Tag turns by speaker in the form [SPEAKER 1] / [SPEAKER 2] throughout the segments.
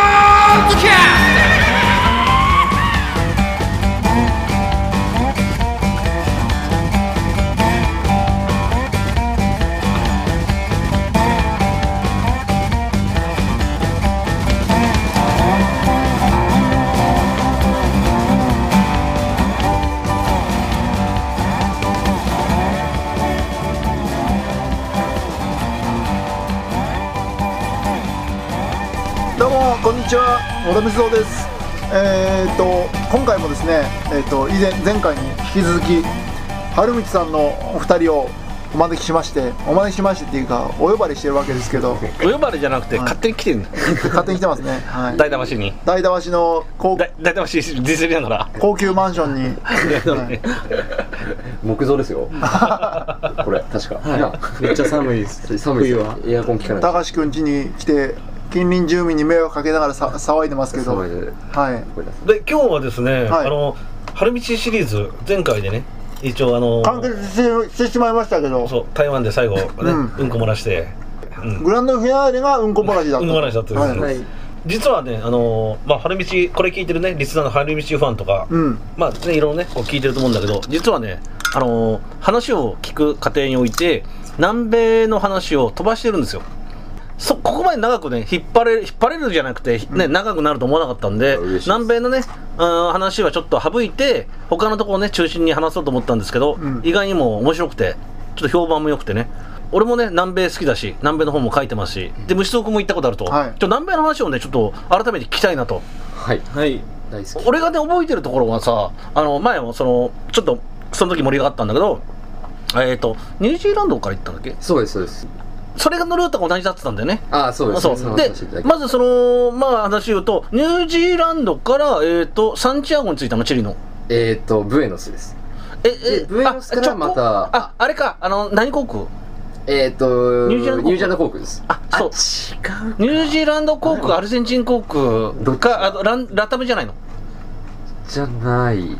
[SPEAKER 1] ッドキャス
[SPEAKER 2] どうもこんにちは小田光雄ですえっ、と今回もですねえっ、と以前前回に引き続き春道さんのお二人をお招きしましてお招きしましてっていうかお呼ばれしてるわけですけど
[SPEAKER 1] トお呼ばれじゃなくて勝手に来て んだ
[SPEAKER 2] 勝手に来てますね、はい、
[SPEAKER 1] 大魂に
[SPEAKER 2] 代田橋の高
[SPEAKER 1] だ大魂ディスりながら
[SPEAKER 2] 高級マンション に、はい
[SPEAKER 3] 木造です よこれ確か、
[SPEAKER 4] はい、めっちゃ寒い です。
[SPEAKER 3] 寒いです
[SPEAKER 4] 冬
[SPEAKER 3] よ
[SPEAKER 4] は。
[SPEAKER 3] エアコン効かない
[SPEAKER 2] 高橋くん家に来て近隣住民に迷惑かけながらさ騒いでますけど
[SPEAKER 3] 騒いでる
[SPEAKER 2] はい
[SPEAKER 3] これだ
[SPEAKER 5] で今日はですね、
[SPEAKER 2] はい
[SPEAKER 5] あの春道シリーズ前回でね一応あの
[SPEAKER 2] 完結してしてしまいましたけど
[SPEAKER 5] そう台湾で最後、ねう
[SPEAKER 2] うん
[SPEAKER 5] ん、こ漏らして、うん、
[SPEAKER 2] グランドフィナーレがうんこ漏らしだった
[SPEAKER 5] うんこ漏らしだったですね
[SPEAKER 2] はい
[SPEAKER 4] い。
[SPEAKER 5] 実はねあのまあ春道これ聞いてるねリスナーの春道ファンとか、
[SPEAKER 2] うん
[SPEAKER 5] まあねいろいろねこう聞いてると思うんだけど実はねあの話を聞く過程において南米の話を飛ばしてるんですよそここまで長くね引っ張れ引っ張れるじゃなくて、ね長くなると思わなかったんで
[SPEAKER 3] 嬉しいです
[SPEAKER 5] 南米のねあー話はちょっと省いて他のところをね中心に話そうと思ったんですけど、
[SPEAKER 2] うん
[SPEAKER 5] 意外にも面白くてちょっと評判も良くてね俺もね南米好きだし南米の本も書いてますしで虫族も行ったことあると、
[SPEAKER 2] はい
[SPEAKER 5] ちょっと南米の話をねちょっと改めて聞きたいなと
[SPEAKER 3] はい
[SPEAKER 4] はい。
[SPEAKER 3] 大好き
[SPEAKER 5] 俺がね覚えてるところはさあの前もそのちょっとその時盛り上がったんだけどえっ、とニュージーランドから行ったんだっけ
[SPEAKER 3] そうですそうです
[SPEAKER 5] それがのルートが同じだってたんだよね
[SPEAKER 3] ああそうです
[SPEAKER 5] そう
[SPEAKER 3] その
[SPEAKER 5] で
[SPEAKER 3] 話いただき
[SPEAKER 5] まずそのまあ話を言うとニュージーランドからえっ、とサンチアゴに着いたのチリの
[SPEAKER 3] えっとブエノスです
[SPEAKER 5] え
[SPEAKER 3] でブエノスから
[SPEAKER 5] あちょ
[SPEAKER 3] また
[SPEAKER 5] ああれかあの何航空
[SPEAKER 3] えっと
[SPEAKER 5] ニュージーランド航空
[SPEAKER 3] ド航空です
[SPEAKER 5] あそう
[SPEAKER 4] 違う。
[SPEAKER 5] ニュージーランド航空アルゼンチン航
[SPEAKER 3] ど
[SPEAKER 5] 空
[SPEAKER 3] っち
[SPEAKER 5] かあとランラタムじゃないの
[SPEAKER 3] じゃない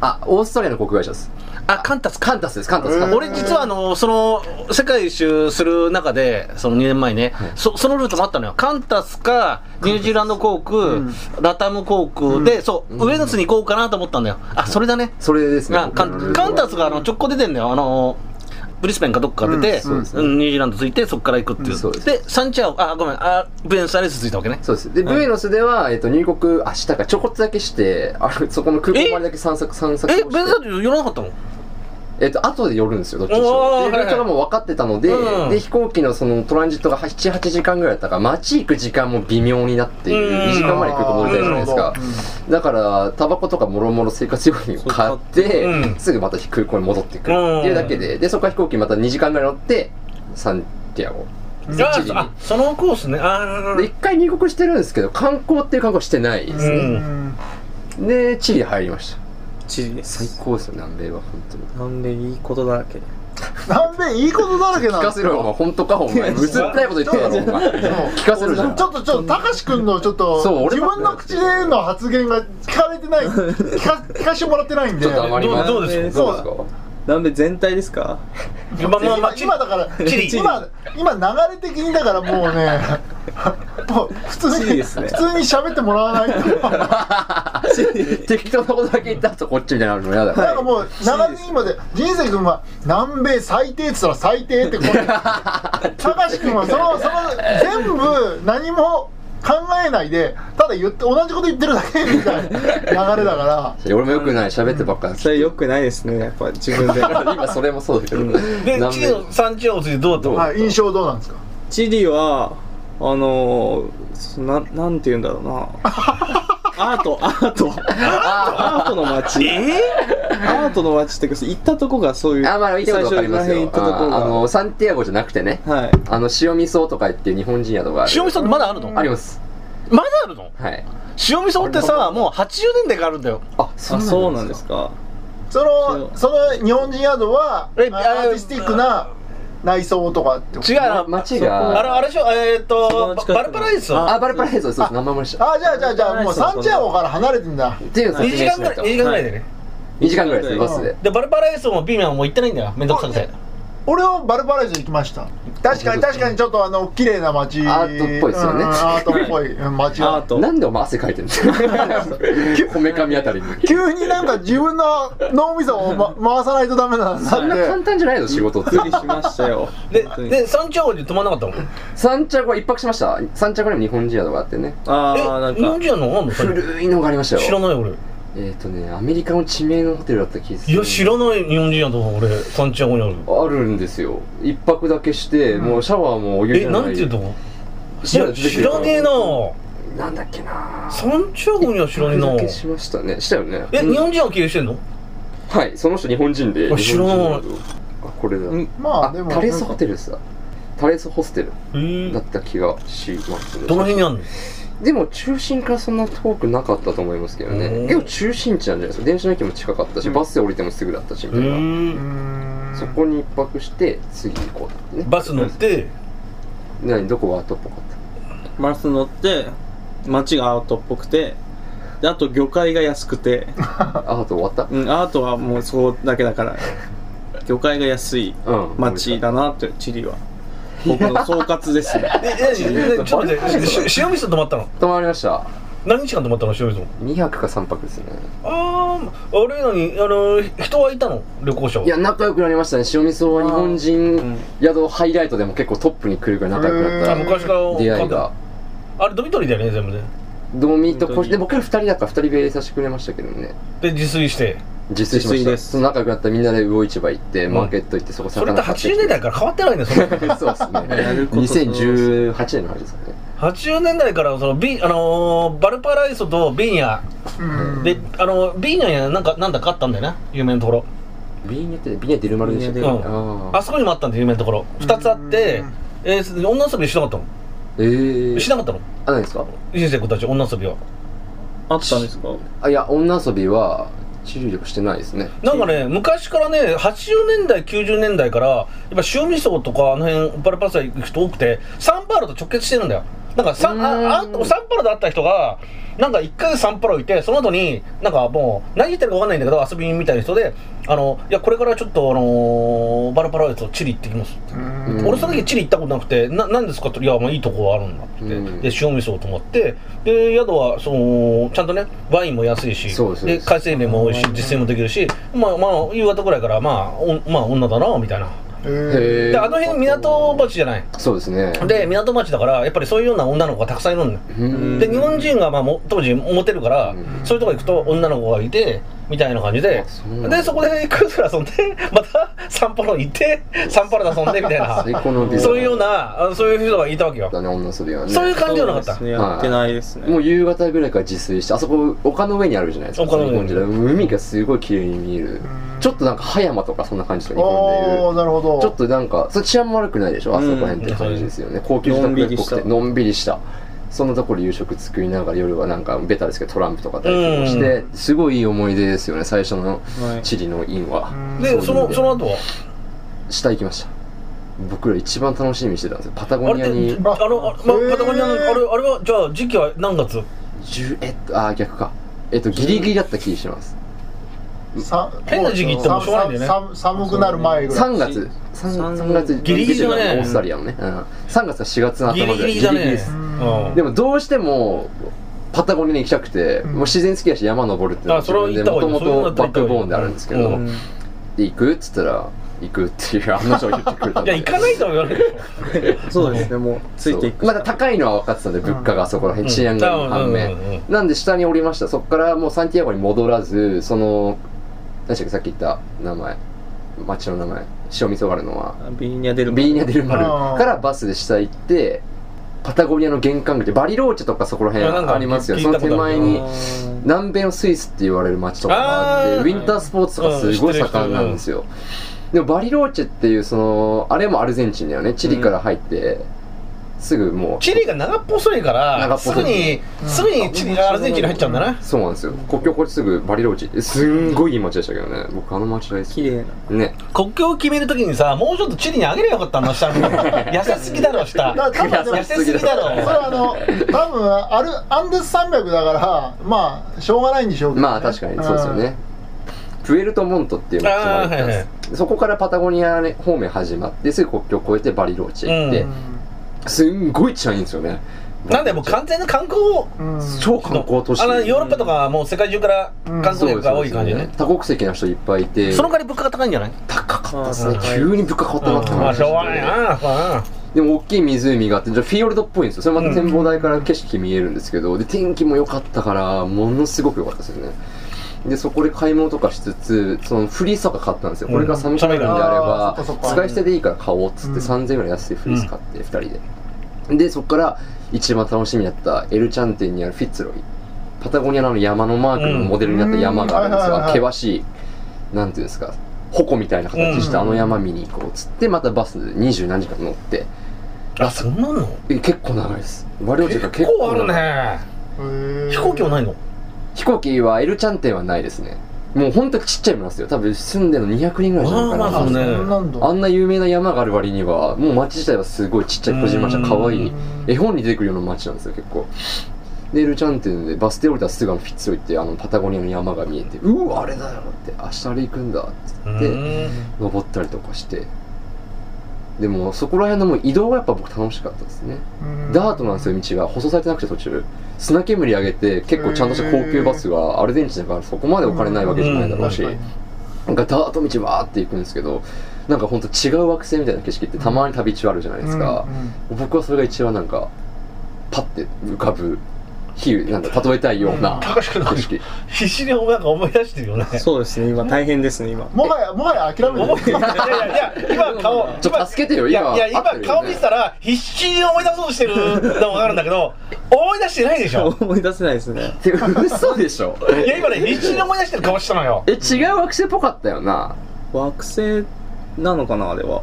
[SPEAKER 3] あオーストラリアの航空会社です
[SPEAKER 5] あカンタス
[SPEAKER 3] カンタスですカンタスカンタス
[SPEAKER 5] 俺実はあのその世界一周する中でその2年前ね、
[SPEAKER 3] はい
[SPEAKER 5] そそのルートもあったのよカンタスかニュージーランド航空、
[SPEAKER 2] うん
[SPEAKER 5] ラタム航空で、そう、
[SPEAKER 3] うん
[SPEAKER 5] ウェノスに行こうかなと思ったんだよあそれだね
[SPEAKER 3] それですね
[SPEAKER 5] あカンカンタスがあの直行で出てんだよあのブリスベンかどっか出て、
[SPEAKER 2] うんそう
[SPEAKER 3] ですね
[SPEAKER 5] うんニュージーランド着いてそこから行くっていう、
[SPEAKER 3] うんそうです
[SPEAKER 5] でサンチアゴあごめんあブエノスアイレス着いたわけね
[SPEAKER 3] そうですでブエノスではえっと入国あしたかちょこっとだけしてあのそこの空港までだけ散策散策を
[SPEAKER 5] え
[SPEAKER 3] して
[SPEAKER 5] ベノスアイレス寄らなかったの
[SPEAKER 3] えっと後で寄るんですよどっちにし
[SPEAKER 5] おー
[SPEAKER 3] ろで
[SPEAKER 5] はいはい
[SPEAKER 3] ルートがもう分かってたので、
[SPEAKER 5] うん
[SPEAKER 3] で飛行機のそのトランジットが78時間ぐらいだったから街行く時間も微妙になっている、
[SPEAKER 5] うん
[SPEAKER 3] 2時間前に空港戻りたいじゃないですか、だからタバコとかもろもろ生活用品を買って、
[SPEAKER 5] うん
[SPEAKER 3] すぐまた空港に戻ってくるっていうだけででそこから飛行機また2時間ぐらい乗ってサンティアゴ
[SPEAKER 5] あ
[SPEAKER 3] チリに
[SPEAKER 5] あそのコースねあ
[SPEAKER 3] で一回入国してるんですけど観光っていう観光してないです
[SPEAKER 5] う
[SPEAKER 3] ね、
[SPEAKER 5] ん
[SPEAKER 2] うん
[SPEAKER 3] でチリ入りました
[SPEAKER 4] チリです。
[SPEAKER 3] 最高ですよ南米は本当に
[SPEAKER 4] なんでいいことだらけ。
[SPEAKER 2] なんでいいことだらけな
[SPEAKER 3] 聞
[SPEAKER 2] んで
[SPEAKER 3] か
[SPEAKER 2] す
[SPEAKER 3] せろよお前本当かお前むずったいこと言ってたぞお前聞かせろじゃん
[SPEAKER 2] ちょっとちょっとたかし君のちょっと
[SPEAKER 3] そう俺
[SPEAKER 2] 自
[SPEAKER 3] ばっか
[SPEAKER 2] 分の口での発言が聞かれてない聞か聞かしてもらってないんで
[SPEAKER 3] ちょっとあまり
[SPEAKER 5] どうどうです
[SPEAKER 4] か
[SPEAKER 3] どうですか
[SPEAKER 4] なんで全体ですか。
[SPEAKER 5] まあまあま
[SPEAKER 2] 今
[SPEAKER 5] あ
[SPEAKER 2] 今だから
[SPEAKER 5] チリ
[SPEAKER 2] 今今流れ的にだからもうねもう普通
[SPEAKER 4] チ
[SPEAKER 2] に、
[SPEAKER 4] リです
[SPEAKER 2] 普
[SPEAKER 4] ね
[SPEAKER 2] 通に喋ってもらわないと
[SPEAKER 3] 適当なことだけ言った後こっちみたいになるの嫌だ
[SPEAKER 2] なんかもう長年今で人生君は南米最低っつったら最低 ってこれ高橋君はそのその全部何も考えないでただ言って同じこと言ってるだけみたいな流れだから
[SPEAKER 3] 俺もよくない喋ってばっかり
[SPEAKER 4] それ良くないですね。やっぱ自 分で。
[SPEAKER 3] 今それもそうだけど
[SPEAKER 5] で
[SPEAKER 3] 南
[SPEAKER 5] チリ
[SPEAKER 3] 米
[SPEAKER 5] のサンチアゴ着いてどうだったの
[SPEAKER 2] はい、印象どうなんですか
[SPEAKER 4] チリはあのー、ななんて言うんだろうな。アートアートアートの街。アートの街っていうか行ったとこがそういう。
[SPEAKER 3] あまあ見てことわかります
[SPEAKER 4] 最
[SPEAKER 3] よ
[SPEAKER 4] 初ら辺行ったとこ
[SPEAKER 3] あ
[SPEAKER 4] が。
[SPEAKER 3] あのサンティアゴじゃなくてね
[SPEAKER 4] はい。
[SPEAKER 3] あの塩味噌とか言って日本人宿がある
[SPEAKER 5] 塩味噌ってまだあるの
[SPEAKER 3] あります
[SPEAKER 5] まだあるの
[SPEAKER 3] はい
[SPEAKER 5] 塩味噌ってさもう80年代からあるんだよ
[SPEAKER 3] あ
[SPEAKER 4] あそうなんですか。
[SPEAKER 2] そのその日本人宿は
[SPEAKER 5] え
[SPEAKER 2] まあアーティスティックな内装とかってこと
[SPEAKER 5] 違うな
[SPEAKER 3] 街
[SPEAKER 5] あれ
[SPEAKER 3] が
[SPEAKER 5] あれでしょえーっとババルパライソ
[SPEAKER 4] あ
[SPEAKER 3] あバルパラヘイソです名前もしたっ
[SPEAKER 2] あじゃあじゃあじゃあもう
[SPEAKER 4] そうそう
[SPEAKER 2] サンチアゴから離れてんだ
[SPEAKER 3] ていうのを
[SPEAKER 5] 2
[SPEAKER 3] 説
[SPEAKER 5] 時
[SPEAKER 3] 明
[SPEAKER 5] 間
[SPEAKER 3] し
[SPEAKER 5] ぐら
[SPEAKER 3] ない
[SPEAKER 5] い
[SPEAKER 3] と
[SPEAKER 5] 2時間ぐらいでね
[SPEAKER 3] 2時間ぐらいですバスで
[SPEAKER 5] でバルパライソもビーメンも行ってないんだよめんどくさくて
[SPEAKER 2] 俺はバルバライズに来ました確かに確かにちょっとあの綺麗な街
[SPEAKER 3] アートっぽいですよね
[SPEAKER 2] うんアートっぽいうん街
[SPEAKER 4] アー
[SPEAKER 2] が
[SPEAKER 4] ト
[SPEAKER 3] なんでお前汗かいてん のこめかみあたりに
[SPEAKER 2] 急になんか自分の脳みそを、ま、回さないとダメなんだ
[SPEAKER 3] そんな
[SPEAKER 2] っ
[SPEAKER 3] 簡
[SPEAKER 2] て
[SPEAKER 3] 単じゃないの仕事って
[SPEAKER 4] びっくりしましたよ
[SPEAKER 5] で
[SPEAKER 4] 本当に
[SPEAKER 5] で山頂で止まんなかったの
[SPEAKER 3] 三着は一泊しました三着にも日本人宿があってね
[SPEAKER 4] あ
[SPEAKER 5] え
[SPEAKER 4] あなん
[SPEAKER 5] 日本
[SPEAKER 4] か
[SPEAKER 5] 人なのあんのそれ
[SPEAKER 3] 古いのがありました
[SPEAKER 5] 知ら
[SPEAKER 3] よ
[SPEAKER 5] ない俺
[SPEAKER 3] えっとねアメリカの地名のホテルだった気がす
[SPEAKER 5] い
[SPEAKER 3] る
[SPEAKER 5] や知らない日本人やと思う俺サンチアゴにある
[SPEAKER 3] あるんですよ一泊だけして、もうシャワーもお湯じ
[SPEAKER 5] え
[SPEAKER 3] ゃない
[SPEAKER 5] なんていうとこい
[SPEAKER 3] シャワ
[SPEAKER 5] や
[SPEAKER 3] ー出てく
[SPEAKER 5] 知
[SPEAKER 3] るから
[SPEAKER 5] ねえな
[SPEAKER 3] なんだっけな
[SPEAKER 5] サンチアゴには知らねえな
[SPEAKER 3] 一泊だけしましたねしたよね
[SPEAKER 5] え
[SPEAKER 3] うん
[SPEAKER 5] 日本人は経営してんの
[SPEAKER 3] はいその人日本人で
[SPEAKER 5] あ
[SPEAKER 3] 日本人
[SPEAKER 5] 知らない
[SPEAKER 3] あこれだ
[SPEAKER 4] ん
[SPEAKER 2] ま
[SPEAKER 3] あ
[SPEAKER 2] あでも
[SPEAKER 3] タレスホテルですだタレスホステル
[SPEAKER 5] えー
[SPEAKER 3] だった気がしますね
[SPEAKER 5] どの辺にあんの
[SPEAKER 3] でも中心からそんな遠くなかったと思いますけどね
[SPEAKER 5] うん
[SPEAKER 3] 結構中心地なんじゃないですか電車の駅も近かったしバスで降りてもすぐだったし
[SPEAKER 5] う
[SPEAKER 3] みたいな
[SPEAKER 2] うー
[SPEAKER 5] ん
[SPEAKER 2] ん
[SPEAKER 3] そこに一泊して次行こうってね
[SPEAKER 5] バス乗って
[SPEAKER 3] 何どこが後っぽかった
[SPEAKER 4] バス乗って街がアートっぽくてであと魚介が安くて、
[SPEAKER 3] アート終わった
[SPEAKER 4] うん、アートはもうそこだけだから魚介が安い
[SPEAKER 3] うん
[SPEAKER 4] 街だなってチリは僕の総括ですね
[SPEAKER 5] えええちょっと待ってしし塩見さん止まったの
[SPEAKER 3] 泊まりました
[SPEAKER 5] 何日間止まったの塩見さん
[SPEAKER 3] 2泊か3泊ですね
[SPEAKER 5] あああれなにあの人はいたの旅行者はい
[SPEAKER 3] や仲良くなりましたね塩味噌は日本人宿ハイライトでも結構トップに来るぐらい仲良く
[SPEAKER 5] あ
[SPEAKER 3] なっ
[SPEAKER 5] 昔から
[SPEAKER 3] た出会いが
[SPEAKER 5] あれドミトリーだよね全部ね
[SPEAKER 3] ドミと
[SPEAKER 4] 本当
[SPEAKER 3] こ
[SPEAKER 4] に
[SPEAKER 3] で僕ら2人だから2人部屋入れさせてくれましたけどね
[SPEAKER 5] で自炊して
[SPEAKER 3] 自炊しまし
[SPEAKER 4] 自炊で
[SPEAKER 3] た
[SPEAKER 4] す
[SPEAKER 3] その仲良くなったみんなで魚市場行ってマーケット行ってそこ
[SPEAKER 5] それ
[SPEAKER 3] 魚
[SPEAKER 5] って
[SPEAKER 3] 買ってきて
[SPEAKER 5] 80年代から変わってないねその
[SPEAKER 3] そうですね
[SPEAKER 4] やることそう
[SPEAKER 3] 2018年の話ですかね
[SPEAKER 5] 80年代からそのビあのーバルパライソとビーニャ
[SPEAKER 2] うん
[SPEAKER 5] で、あのービーニャになんかなんだかあったんだよね有名なところ
[SPEAKER 3] ビーニャってビーニャデルマルでしたっけ
[SPEAKER 5] ビーニャデル
[SPEAKER 3] あ
[SPEAKER 5] あそこにもあったんで有名なところ2つあって
[SPEAKER 2] うん
[SPEAKER 5] えー女遊びしなかったの
[SPEAKER 3] ええー、
[SPEAKER 5] しなかったの
[SPEAKER 3] あ何ですか
[SPEAKER 5] 人生子たち女遊びは
[SPEAKER 4] あったんですか
[SPEAKER 3] あいや女遊びは注力してないですね
[SPEAKER 5] なんかね昔からね80年代90年代からやっぱ塩味噌とかあの辺バルパライソ行く人多くてサンパウロと直結してるんだよなんかサンああ
[SPEAKER 3] うーん
[SPEAKER 5] サンパウロで会った人がなんか一回サンパウロいてその後になんかもう何言ってるかわかんないんだけど遊びにみたいな人であのいやこれからちょっとあのーバルパライソチリ行ってきますって
[SPEAKER 2] うん
[SPEAKER 5] 俺その時チリ行ったことなくて「ななんですか?」って「いやまあいいとこあるんだ」って、
[SPEAKER 3] うん
[SPEAKER 5] で塩味噌を泊まってで宿はそのちゃんとねワインも安いし
[SPEAKER 3] そうですそうです
[SPEAKER 5] 海鮮麺も美味しい実践もできるしまあまあ夕方ぐらいからまあおまあ女だなみたいな
[SPEAKER 2] へ
[SPEAKER 3] へ
[SPEAKER 2] ー
[SPEAKER 3] ー
[SPEAKER 5] であの辺港町じゃない
[SPEAKER 3] そうですね
[SPEAKER 5] で港町だからやっぱりそういうような女の子がたくさんいるんだよ
[SPEAKER 3] うん
[SPEAKER 5] で日本人がまあも当時モテるから、
[SPEAKER 3] うん
[SPEAKER 5] そういうとこ行くと女の子がいてみたいな感じで
[SPEAKER 3] あそうなんだ
[SPEAKER 5] でそこでクズら遊んでまた散歩ロ行って散歩ロで遊んでみたいな
[SPEAKER 3] 最高のデート
[SPEAKER 5] そういうような、あのそういう人がいたわけよ。
[SPEAKER 3] だね女遊びはね
[SPEAKER 5] そういう感じはなかっ
[SPEAKER 4] そ
[SPEAKER 5] た。
[SPEAKER 4] うですねやってないですね
[SPEAKER 3] もう夕方ぐらいから自炊してあそこ丘の上にあるじゃないですか
[SPEAKER 5] 丘の上
[SPEAKER 3] 日本人だ海がすごい綺麗に見える
[SPEAKER 2] ん
[SPEAKER 3] ちょっとなんか葉山とかそんな感じですか日本でい
[SPEAKER 2] お
[SPEAKER 3] う
[SPEAKER 2] ーなるほど
[SPEAKER 3] ちょっとなんかそれ治安も悪くないでしょあそこら辺っ
[SPEAKER 5] う
[SPEAKER 3] て
[SPEAKER 5] ん
[SPEAKER 3] 感じですよね高級住宅街っぽくて
[SPEAKER 4] の
[SPEAKER 3] のんびりしたそんなところで夕食作りながら夜はなんかベタですけどトランプとか大会もしてすごいいい思い出ですよね最初の
[SPEAKER 4] はい
[SPEAKER 3] チリのインは
[SPEAKER 2] うん
[SPEAKER 5] で、その、その後は。
[SPEAKER 3] 下行きました僕ら一番楽しみにしてたんですよパタ
[SPEAKER 5] あ
[SPEAKER 3] ゴニア
[SPEAKER 5] れ
[SPEAKER 3] に
[SPEAKER 5] で、あの、あま
[SPEAKER 2] へー
[SPEAKER 5] パタゴニアの、あれ、あれは、じゃあ、時期は何月。
[SPEAKER 3] 10えっとあー逆かえっとギリギリだった気がします
[SPEAKER 2] さ
[SPEAKER 5] 変な時期行ってもしょうがないんだよね
[SPEAKER 2] ささ寒くなる前ぐらい
[SPEAKER 3] 3月
[SPEAKER 4] 三
[SPEAKER 3] 3月
[SPEAKER 5] ギリギリだね
[SPEAKER 3] オーストラリアのね、うん、3月か4月の
[SPEAKER 5] ギ
[SPEAKER 3] 頭
[SPEAKER 5] リ
[SPEAKER 3] ぐ
[SPEAKER 5] ギ
[SPEAKER 3] らい
[SPEAKER 5] リだね
[SPEAKER 3] で。す
[SPEAKER 5] うん
[SPEAKER 3] でもどうしてもパタゴニアに行きたくて、
[SPEAKER 2] うん
[SPEAKER 3] もう自然好きだし山登るっていうの
[SPEAKER 5] あそれは行った方
[SPEAKER 3] も
[SPEAKER 5] がい
[SPEAKER 3] と
[SPEAKER 5] い
[SPEAKER 3] もとバックボーンであるんですけど、
[SPEAKER 5] う
[SPEAKER 4] うん
[SPEAKER 3] で行くっつったら行くっていうあの人が言ってくれたん
[SPEAKER 5] いや、行かないとは言わないでしょ。
[SPEAKER 4] そうですねもうついていく
[SPEAKER 3] まだ高いのは分かってたんで物価がそこら辺治安
[SPEAKER 5] う
[SPEAKER 3] が
[SPEAKER 5] ん
[SPEAKER 3] 判明、
[SPEAKER 5] うんうんうん
[SPEAKER 3] なんで下に降りましたそこからもうサンティアゴに戻らずその何でしたっけさっき言った名前町の名前塩味噌があるのは
[SPEAKER 4] ビーニャ出る
[SPEAKER 3] ビーニャデルマル
[SPEAKER 2] あー
[SPEAKER 3] からバスで下行ってパタゴニアの玄関口バリローチェとかそこら辺
[SPEAKER 5] いやなんか
[SPEAKER 3] ありますよね
[SPEAKER 5] 聞
[SPEAKER 3] そ
[SPEAKER 5] い
[SPEAKER 3] の
[SPEAKER 5] たこ
[SPEAKER 3] 手
[SPEAKER 5] とある
[SPEAKER 3] 前に南米のスイスって言われる街とかがあって
[SPEAKER 5] あー
[SPEAKER 3] ウィンタースポーツとかすごい盛んなんですよ、でもバリローチェっていうそのあれもアルゼンチンだよねチリから入って、すぐも
[SPEAKER 5] チリが長っぽそいか
[SPEAKER 3] 長
[SPEAKER 5] ら、
[SPEAKER 3] っぽ
[SPEAKER 5] す
[SPEAKER 3] そ
[SPEAKER 5] ぐ
[SPEAKER 3] い
[SPEAKER 5] に、すぐにチリ、アルゼンチンに入っちゃうんだな
[SPEAKER 3] う。そうなんですよ国境越えてすぐバリローチェすんごいいい街でしたけどね僕あの街大好
[SPEAKER 4] 綺
[SPEAKER 3] き
[SPEAKER 4] 麗な
[SPEAKER 3] ね
[SPEAKER 5] 国境を決めるときにさ、もうちょっとチリにあげればよかったんだ、下に。痩せすぎだろ、下。
[SPEAKER 2] だから多分でも
[SPEAKER 5] 痩せすぎだ
[SPEAKER 2] それ
[SPEAKER 5] ろ。
[SPEAKER 2] はあの多分あるアンデス山脈だからまあしょうがないんでしょうけど、ね、
[SPEAKER 3] まあ確かにそうですよね、プエルトモントっていう街もあ
[SPEAKER 5] あ
[SPEAKER 3] っ
[SPEAKER 5] あー、は
[SPEAKER 3] たん
[SPEAKER 5] いは
[SPEAKER 3] です
[SPEAKER 5] い。
[SPEAKER 3] そこからパタゴニア方面始まってすぐ国境越えてバリローチェ行って、すんごい治安いいんですよね
[SPEAKER 5] なんでもう完全な観光
[SPEAKER 2] うん
[SPEAKER 3] 超観光都市
[SPEAKER 5] あのヨーロッパとかはもう世界中から観光客が多い感じでね、
[SPEAKER 3] 多国籍な人いっぱいいて
[SPEAKER 5] その代わり物価が高いんじゃない、
[SPEAKER 3] 高かったです
[SPEAKER 4] う
[SPEAKER 3] ね
[SPEAKER 4] ん
[SPEAKER 3] 急に物価変わった
[SPEAKER 5] ま
[SPEAKER 3] な
[SPEAKER 5] あ
[SPEAKER 3] っ
[SPEAKER 5] してょうが
[SPEAKER 3] 感
[SPEAKER 5] ない
[SPEAKER 3] じ
[SPEAKER 5] な、まあ
[SPEAKER 3] でも大きい湖があってじゃあフィヨルドっぽいんですよそれまた展望台から景色見えるんですけどで天気も良かったからものすごく良かったですよねでそこで買い物とかしつつそのフリースとか買ったんですよ、これが寂しくなるんであれば
[SPEAKER 2] うんそっかそっか
[SPEAKER 3] 使い捨てでいいから買おうっつって、
[SPEAKER 2] うん
[SPEAKER 3] 3000円ぐらい安いフリース買って、2人ででそこから一番楽しみだったエルチャン店にあるフィッツロイパタゴニアのあの山のマークのモデルになった山があるんです
[SPEAKER 2] うんうんはいはいはい
[SPEAKER 3] が険しいなんていうんですか矛みたいな形して、
[SPEAKER 2] うん
[SPEAKER 3] あの山見に行こうっつってまたバスで二十何時間乗って
[SPEAKER 5] あそんなんの
[SPEAKER 3] え結構長いです割り落ちが
[SPEAKER 5] 結
[SPEAKER 3] 結
[SPEAKER 5] 構
[SPEAKER 3] 構
[SPEAKER 5] あ
[SPEAKER 3] 長い
[SPEAKER 5] るね
[SPEAKER 2] 飛
[SPEAKER 5] 飛行機はないの
[SPEAKER 3] 飛行機はエルチャン店はないですねもうほんとちっちゃい村ですよ多分住んでるの200人ぐらいじゃないか
[SPEAKER 5] まあまあそう
[SPEAKER 3] な
[SPEAKER 5] ね
[SPEAKER 2] なんだ
[SPEAKER 3] あんな有名な山がある割にはもう町自体はすごいちっちゃいこじんまりした可愛い絵本に出てくるような町なんですよ結構でエルチャン店でバス停降りたらすぐあのフィッツオイってあのパタゴニアの山が見えてうわあれだよって明日あれ行くんだって言って、登ったりとかしてでもそこら辺のもう移動がやっぱ僕楽しかったですねダートなんです
[SPEAKER 2] よ
[SPEAKER 3] よ道が舗装されてなくて途中砂煙上げて結構ちゃんとした高級バスがアルゼンチンだからそこまでお金ないわけじゃないだろうし、なんかダート道わーって行くんですけどなんかほんと違う惑星みたいな景色ってたまに旅中あるじゃないですか、僕はそれが一番なんかパッて浮かぶ比喩なんだ例えたいような
[SPEAKER 5] 高くな
[SPEAKER 3] 景
[SPEAKER 5] い
[SPEAKER 3] 色
[SPEAKER 5] 必死になんか思い出してるよね
[SPEAKER 4] そうですね今大変ですね今
[SPEAKER 2] もはやもはや諦め
[SPEAKER 5] 思い
[SPEAKER 2] て
[SPEAKER 5] 出いやいやいや今顔
[SPEAKER 3] ちょっと助けてよ
[SPEAKER 5] い
[SPEAKER 3] 今
[SPEAKER 5] やいや今
[SPEAKER 3] 合ってるよね
[SPEAKER 5] 顔見てたら必死に思い出そうとしてるのもわかるんだけど思い出してないでし ょ
[SPEAKER 4] 思い出せないですね
[SPEAKER 3] って嘘でしょ
[SPEAKER 5] いや今ね必死に思い出してる顔したのよ
[SPEAKER 3] え違う惑星っぽかったよな
[SPEAKER 4] 惑星なのかなあれは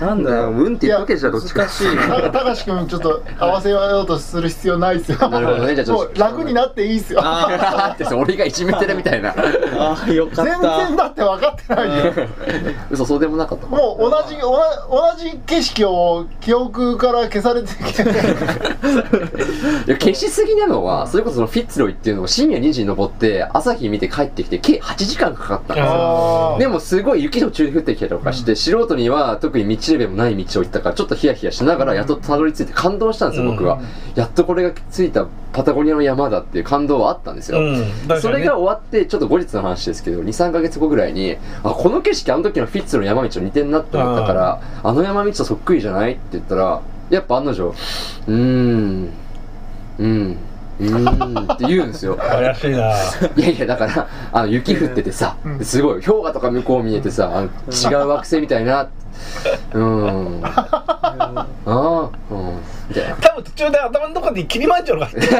[SPEAKER 4] なんだろう
[SPEAKER 3] うんって言っとけじゃあどっちか
[SPEAKER 4] 難しい
[SPEAKER 2] た たかし君ちょっと合わせようとする必要ないですよ
[SPEAKER 3] なるほどねじゃあちょっ
[SPEAKER 2] も
[SPEAKER 3] と
[SPEAKER 2] う楽になっていいですよ
[SPEAKER 4] あ
[SPEAKER 3] だってさ俺がいじめてるみたいな
[SPEAKER 4] ーあーよか
[SPEAKER 2] 全
[SPEAKER 4] っ
[SPEAKER 2] 然
[SPEAKER 4] た
[SPEAKER 2] だって分かってないよ
[SPEAKER 3] 嘘そうでもなかった
[SPEAKER 2] もう同じ同じ同じ景色を記憶から消されてきて
[SPEAKER 3] いや消しすぎなのは、それこそそのフィッツロイっていうのを深夜2時に登って、朝日見て帰ってきて、計8時間かかったんですよ。
[SPEAKER 2] あー
[SPEAKER 3] でもすごい雪途中で降ってきたりとかして、素人には特に道レベルもない道を行ったから、ちょっとヒヤヒヤしながらやっとたどり着いて感動したんですよ、僕は。やっとこれが着いたパタゴニアの山だっていう感動はあったんですよ。
[SPEAKER 5] うんだからね
[SPEAKER 3] それが終わって、ちょっと後日の話ですけど、2、3ヶ月後ぐらいに、あ、この景色、あの時のフィッツの山道と似てんなって思ったから、あの山道とそっくりじゃないって言ったら、やっぱ案の定、うーん、うん、うーんって言うんですよ。
[SPEAKER 5] 怪しいない
[SPEAKER 3] やいや、だから、あの雪降っててさ、
[SPEAKER 2] うん
[SPEAKER 3] すごい、氷河とか向こう見えてさ、あの違う惑星みたいな、うーん、ああ、うん、みたいな。
[SPEAKER 5] 多分途中で頭のとこにキリマンジャロが入ってる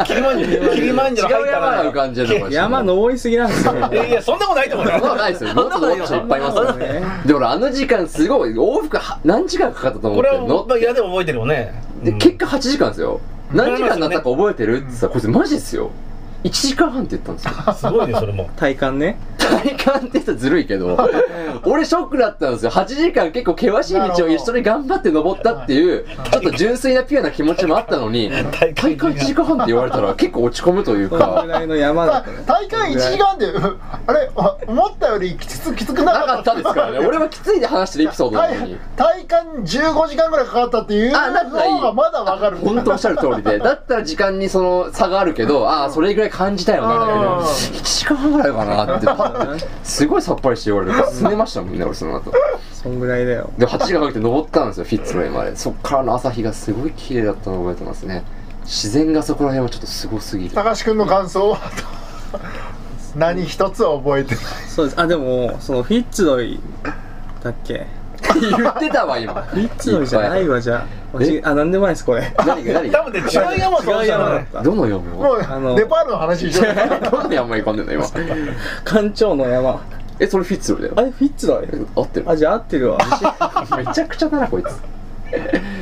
[SPEAKER 5] キリマンジャロキリマンジャロ
[SPEAKER 3] 違
[SPEAKER 5] 入った
[SPEAKER 3] う山
[SPEAKER 5] ら
[SPEAKER 3] なの感じなのかもしれない
[SPEAKER 4] 山登りすぎなんですよ
[SPEAKER 5] いやいやそんなことないと思う
[SPEAKER 3] そんなこと
[SPEAKER 5] よ
[SPEAKER 3] ないですよ。もっともっといっぱいいますよ
[SPEAKER 4] そうだね
[SPEAKER 3] で俺あの時間すごい往復は何時間かかったと思
[SPEAKER 5] こ
[SPEAKER 3] って
[SPEAKER 5] れ
[SPEAKER 3] んの
[SPEAKER 5] はまあいやでも覚えてるよね
[SPEAKER 3] で
[SPEAKER 5] うん
[SPEAKER 3] 結果8時間ですよ何時間になったか覚えてるってさこいつマジですよ1時間半って言ったんですよ
[SPEAKER 5] すごいねそれも
[SPEAKER 4] 体感ね
[SPEAKER 3] 体感って言ったらずるいけど俺ショックだったんですよ8時間結構険しい道を一緒に頑張って登ったっていうちょっと純粋なピュアな気持ちもあったのに
[SPEAKER 5] 体感
[SPEAKER 3] 体感1時間半って言われたら結構落ち込むという
[SPEAKER 4] このぐ
[SPEAKER 3] から
[SPEAKER 4] いの山だったね
[SPEAKER 2] 大会1時間で あれあ思ったよりきつきつくな
[SPEAKER 3] なか
[SPEAKER 2] か
[SPEAKER 3] っ
[SPEAKER 2] った
[SPEAKER 3] たですからね俺はきついで話してるエピソードな のに
[SPEAKER 2] 体体感15時間ぐらいかかったっていう
[SPEAKER 3] あだったらいい
[SPEAKER 2] 方がまだわかる
[SPEAKER 3] 本当おっしゃる通りでだったら時間にその差があるけどああそれぐらい感じたよなだけ
[SPEAKER 2] うん
[SPEAKER 3] ど1時間半ぐらいかなってすごいさっぱりして言われるすねましたもんね俺その後
[SPEAKER 4] そんぐらいだよ
[SPEAKER 3] で8時間かけて登ったんですよフィッツの絵までそっからの朝日がすごい綺麗だったのを覚えてますね自然がそこら辺はちょっとすごすぎる
[SPEAKER 2] 高橋君の感想は何一つ覚えてない
[SPEAKER 4] そうですあでもそのフィッツロイだっけ
[SPEAKER 3] 言ってたわ今
[SPEAKER 4] フィッツロイじゃないわじゃあ
[SPEAKER 3] え
[SPEAKER 4] あなんでもないですこれ
[SPEAKER 3] 何が何
[SPEAKER 5] 多
[SPEAKER 3] が
[SPEAKER 5] 分ね違う山を
[SPEAKER 4] 違
[SPEAKER 5] そう
[SPEAKER 4] う
[SPEAKER 5] した
[SPEAKER 4] 山
[SPEAKER 5] の
[SPEAKER 4] だっ
[SPEAKER 5] ね
[SPEAKER 4] た
[SPEAKER 3] どの読む
[SPEAKER 2] も
[SPEAKER 3] を
[SPEAKER 2] う
[SPEAKER 4] あの
[SPEAKER 2] ネパールの話じゃない
[SPEAKER 3] どの山に込んでんの今
[SPEAKER 4] 干潮の山
[SPEAKER 3] えそれフィッツのだよ
[SPEAKER 4] あれフィッツロイ
[SPEAKER 3] 合ってる
[SPEAKER 4] あじゃあ合ってるわ
[SPEAKER 3] めちゃくちゃだなこいつ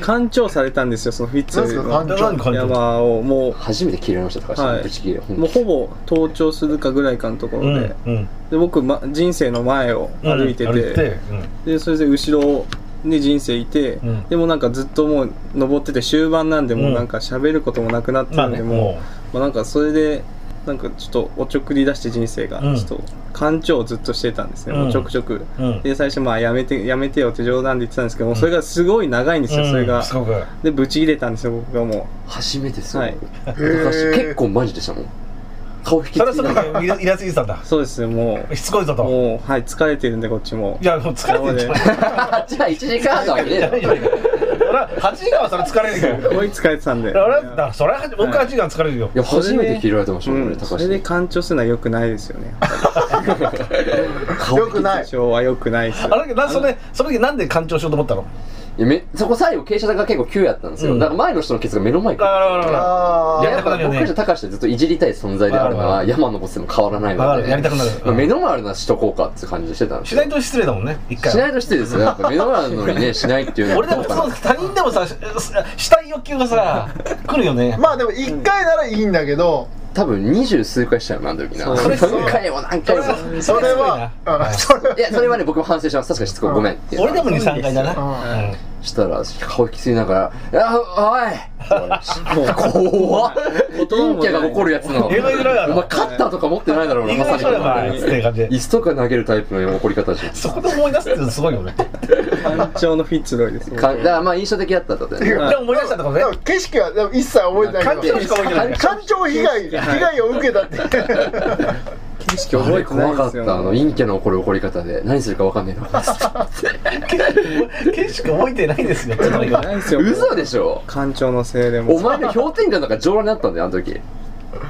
[SPEAKER 4] 干潮されたんですよそのフィッツロイ
[SPEAKER 2] 何
[SPEAKER 4] の
[SPEAKER 2] ですか干
[SPEAKER 5] 潮
[SPEAKER 4] 山をもう
[SPEAKER 3] 初めて切れました高橋
[SPEAKER 4] は
[SPEAKER 3] さ
[SPEAKER 4] い
[SPEAKER 3] んぶち切れ本当
[SPEAKER 4] もう
[SPEAKER 3] に
[SPEAKER 4] ほぼ登頂するかぐらいかのところ
[SPEAKER 5] う
[SPEAKER 4] で,、
[SPEAKER 5] ん
[SPEAKER 4] で
[SPEAKER 5] うん
[SPEAKER 4] 僕、ま、人生の前を歩いてて,、
[SPEAKER 5] うん歩いてうん
[SPEAKER 4] でそれで後ろに人生いて、
[SPEAKER 5] ん
[SPEAKER 4] でもなんかずっともう登ってて終盤なんでもううんなんか喋ることもなくなって
[SPEAKER 5] ま
[SPEAKER 4] る
[SPEAKER 5] あ
[SPEAKER 4] んで、
[SPEAKER 5] ね
[SPEAKER 4] もう、
[SPEAKER 5] も
[SPEAKER 4] まあ、なんかそれでなんかちょっとおちょくり出して人生が、
[SPEAKER 5] うん
[SPEAKER 4] ちょっと館長をずっとしてたんですね、
[SPEAKER 5] うん
[SPEAKER 4] もうちょくちょく
[SPEAKER 5] うん
[SPEAKER 4] で最初まあやめてやめてよって冗談で言ってたんですけどもうそれがすごい長いんですよ、それ
[SPEAKER 5] うん
[SPEAKER 4] が
[SPEAKER 5] すごく
[SPEAKER 4] でブチ切れたんですよ僕がも
[SPEAKER 3] 初めてそう、
[SPEAKER 4] はい
[SPEAKER 3] 私結構マジでしたもん顔引きつ
[SPEAKER 5] ただそ
[SPEAKER 3] い
[SPEAKER 5] の
[SPEAKER 3] な
[SPEAKER 5] 時
[SPEAKER 3] がら
[SPEAKER 5] にイラついてたんだ
[SPEAKER 4] うそうですねも
[SPEAKER 5] しつこいぞ
[SPEAKER 4] う
[SPEAKER 5] と
[SPEAKER 4] もうはい疲れてるんでこっちも
[SPEAKER 5] いやもう疲れてんじゃない
[SPEAKER 3] あじゃあ1時間半だわけねえだろ
[SPEAKER 5] 8時間はそれ疲れるけ
[SPEAKER 4] す
[SPEAKER 5] ど
[SPEAKER 4] ごい疲れてたんで
[SPEAKER 5] だからだからそれは僕は8時間疲れるよ
[SPEAKER 3] いや初めて切られてましたもんね、
[SPEAKER 4] うん
[SPEAKER 3] 高
[SPEAKER 4] そ
[SPEAKER 3] 橋
[SPEAKER 4] れで干潮するのは良くないですよね
[SPEAKER 3] 顔
[SPEAKER 2] よくない
[SPEAKER 4] 干潮は良くないですよ
[SPEAKER 5] あれなそれその時なんで干潮しようと思ったの
[SPEAKER 3] いやめそこ最後傾斜が結構急やったんですよ、
[SPEAKER 5] うん
[SPEAKER 3] だから前の人のケツが目の前
[SPEAKER 5] だか
[SPEAKER 3] から
[SPEAKER 5] だから
[SPEAKER 2] あ
[SPEAKER 3] い
[SPEAKER 5] や
[SPEAKER 3] や
[SPEAKER 5] り
[SPEAKER 3] や
[SPEAKER 5] たくな
[SPEAKER 3] っぱ
[SPEAKER 5] るよ
[SPEAKER 3] 僕
[SPEAKER 5] ね
[SPEAKER 3] たち高橋ってずっといじりたい存在であるか
[SPEAKER 5] わからる
[SPEAKER 3] 山登っても変わらない
[SPEAKER 5] わか
[SPEAKER 3] わ
[SPEAKER 5] るやりたくなる
[SPEAKER 3] まあ目の前あるのはしとこうかって感じしてたんです
[SPEAKER 5] し
[SPEAKER 3] よ
[SPEAKER 5] ないと失礼だもんね一回は
[SPEAKER 3] しないと失礼ですよやっぱ目の前あるのにねしないっていうの
[SPEAKER 5] 俺で
[SPEAKER 3] はど
[SPEAKER 5] も
[SPEAKER 3] う
[SPEAKER 5] そ
[SPEAKER 3] かな
[SPEAKER 5] の他人でもさししたい欲求がさ来るよね
[SPEAKER 2] ーまあでも一回ならいいんだけど、
[SPEAKER 3] 多分二十数回したよなあの時な
[SPEAKER 4] そう
[SPEAKER 3] 何回も何回も
[SPEAKER 2] それは、うんそれ
[SPEAKER 3] いやそれはね僕も反省します確かにしつこいごめんって
[SPEAKER 5] 俺でも23回だな
[SPEAKER 2] は、
[SPEAKER 5] うん
[SPEAKER 3] したら顔引きついながら「あおい!」怖っ陰キャが怒るやつのお
[SPEAKER 5] 英
[SPEAKER 3] 前
[SPEAKER 5] 語言えろよ
[SPEAKER 3] カッターとか持ってないだろうな
[SPEAKER 5] 意
[SPEAKER 3] ま
[SPEAKER 5] 外
[SPEAKER 3] さ
[SPEAKER 5] とだから
[SPEAKER 3] に
[SPEAKER 5] つって感じで
[SPEAKER 3] 椅子とか投げるタイプの怒り方でし
[SPEAKER 5] そこで思い出すってすごいよね
[SPEAKER 4] 干潮のフィッツロイです
[SPEAKER 3] ょかだからまあ印象的だったってことだよね
[SPEAKER 5] でも思い出したってこと
[SPEAKER 2] で
[SPEAKER 5] ね
[SPEAKER 2] も景色はでも一切覚えてない
[SPEAKER 5] 干
[SPEAKER 2] け
[SPEAKER 5] 潮
[SPEAKER 2] ど
[SPEAKER 5] しか覚えてない
[SPEAKER 2] 干潮被害被害を受けたって
[SPEAKER 4] 景色
[SPEAKER 3] あ
[SPEAKER 4] 覚
[SPEAKER 3] れ
[SPEAKER 4] えてな
[SPEAKER 3] 怖
[SPEAKER 4] い
[SPEAKER 3] か
[SPEAKER 4] で
[SPEAKER 3] っ
[SPEAKER 4] す
[SPEAKER 3] た
[SPEAKER 4] よ
[SPEAKER 3] あの陰キャの怒る怒り方で何するか分かんねえな
[SPEAKER 5] 景色覚えてないですよって
[SPEAKER 4] 覚えてないですよ
[SPEAKER 3] 嘘でしょ
[SPEAKER 4] 干潮のせいでも
[SPEAKER 3] お前の氷点下の中上羅になったんだよあの時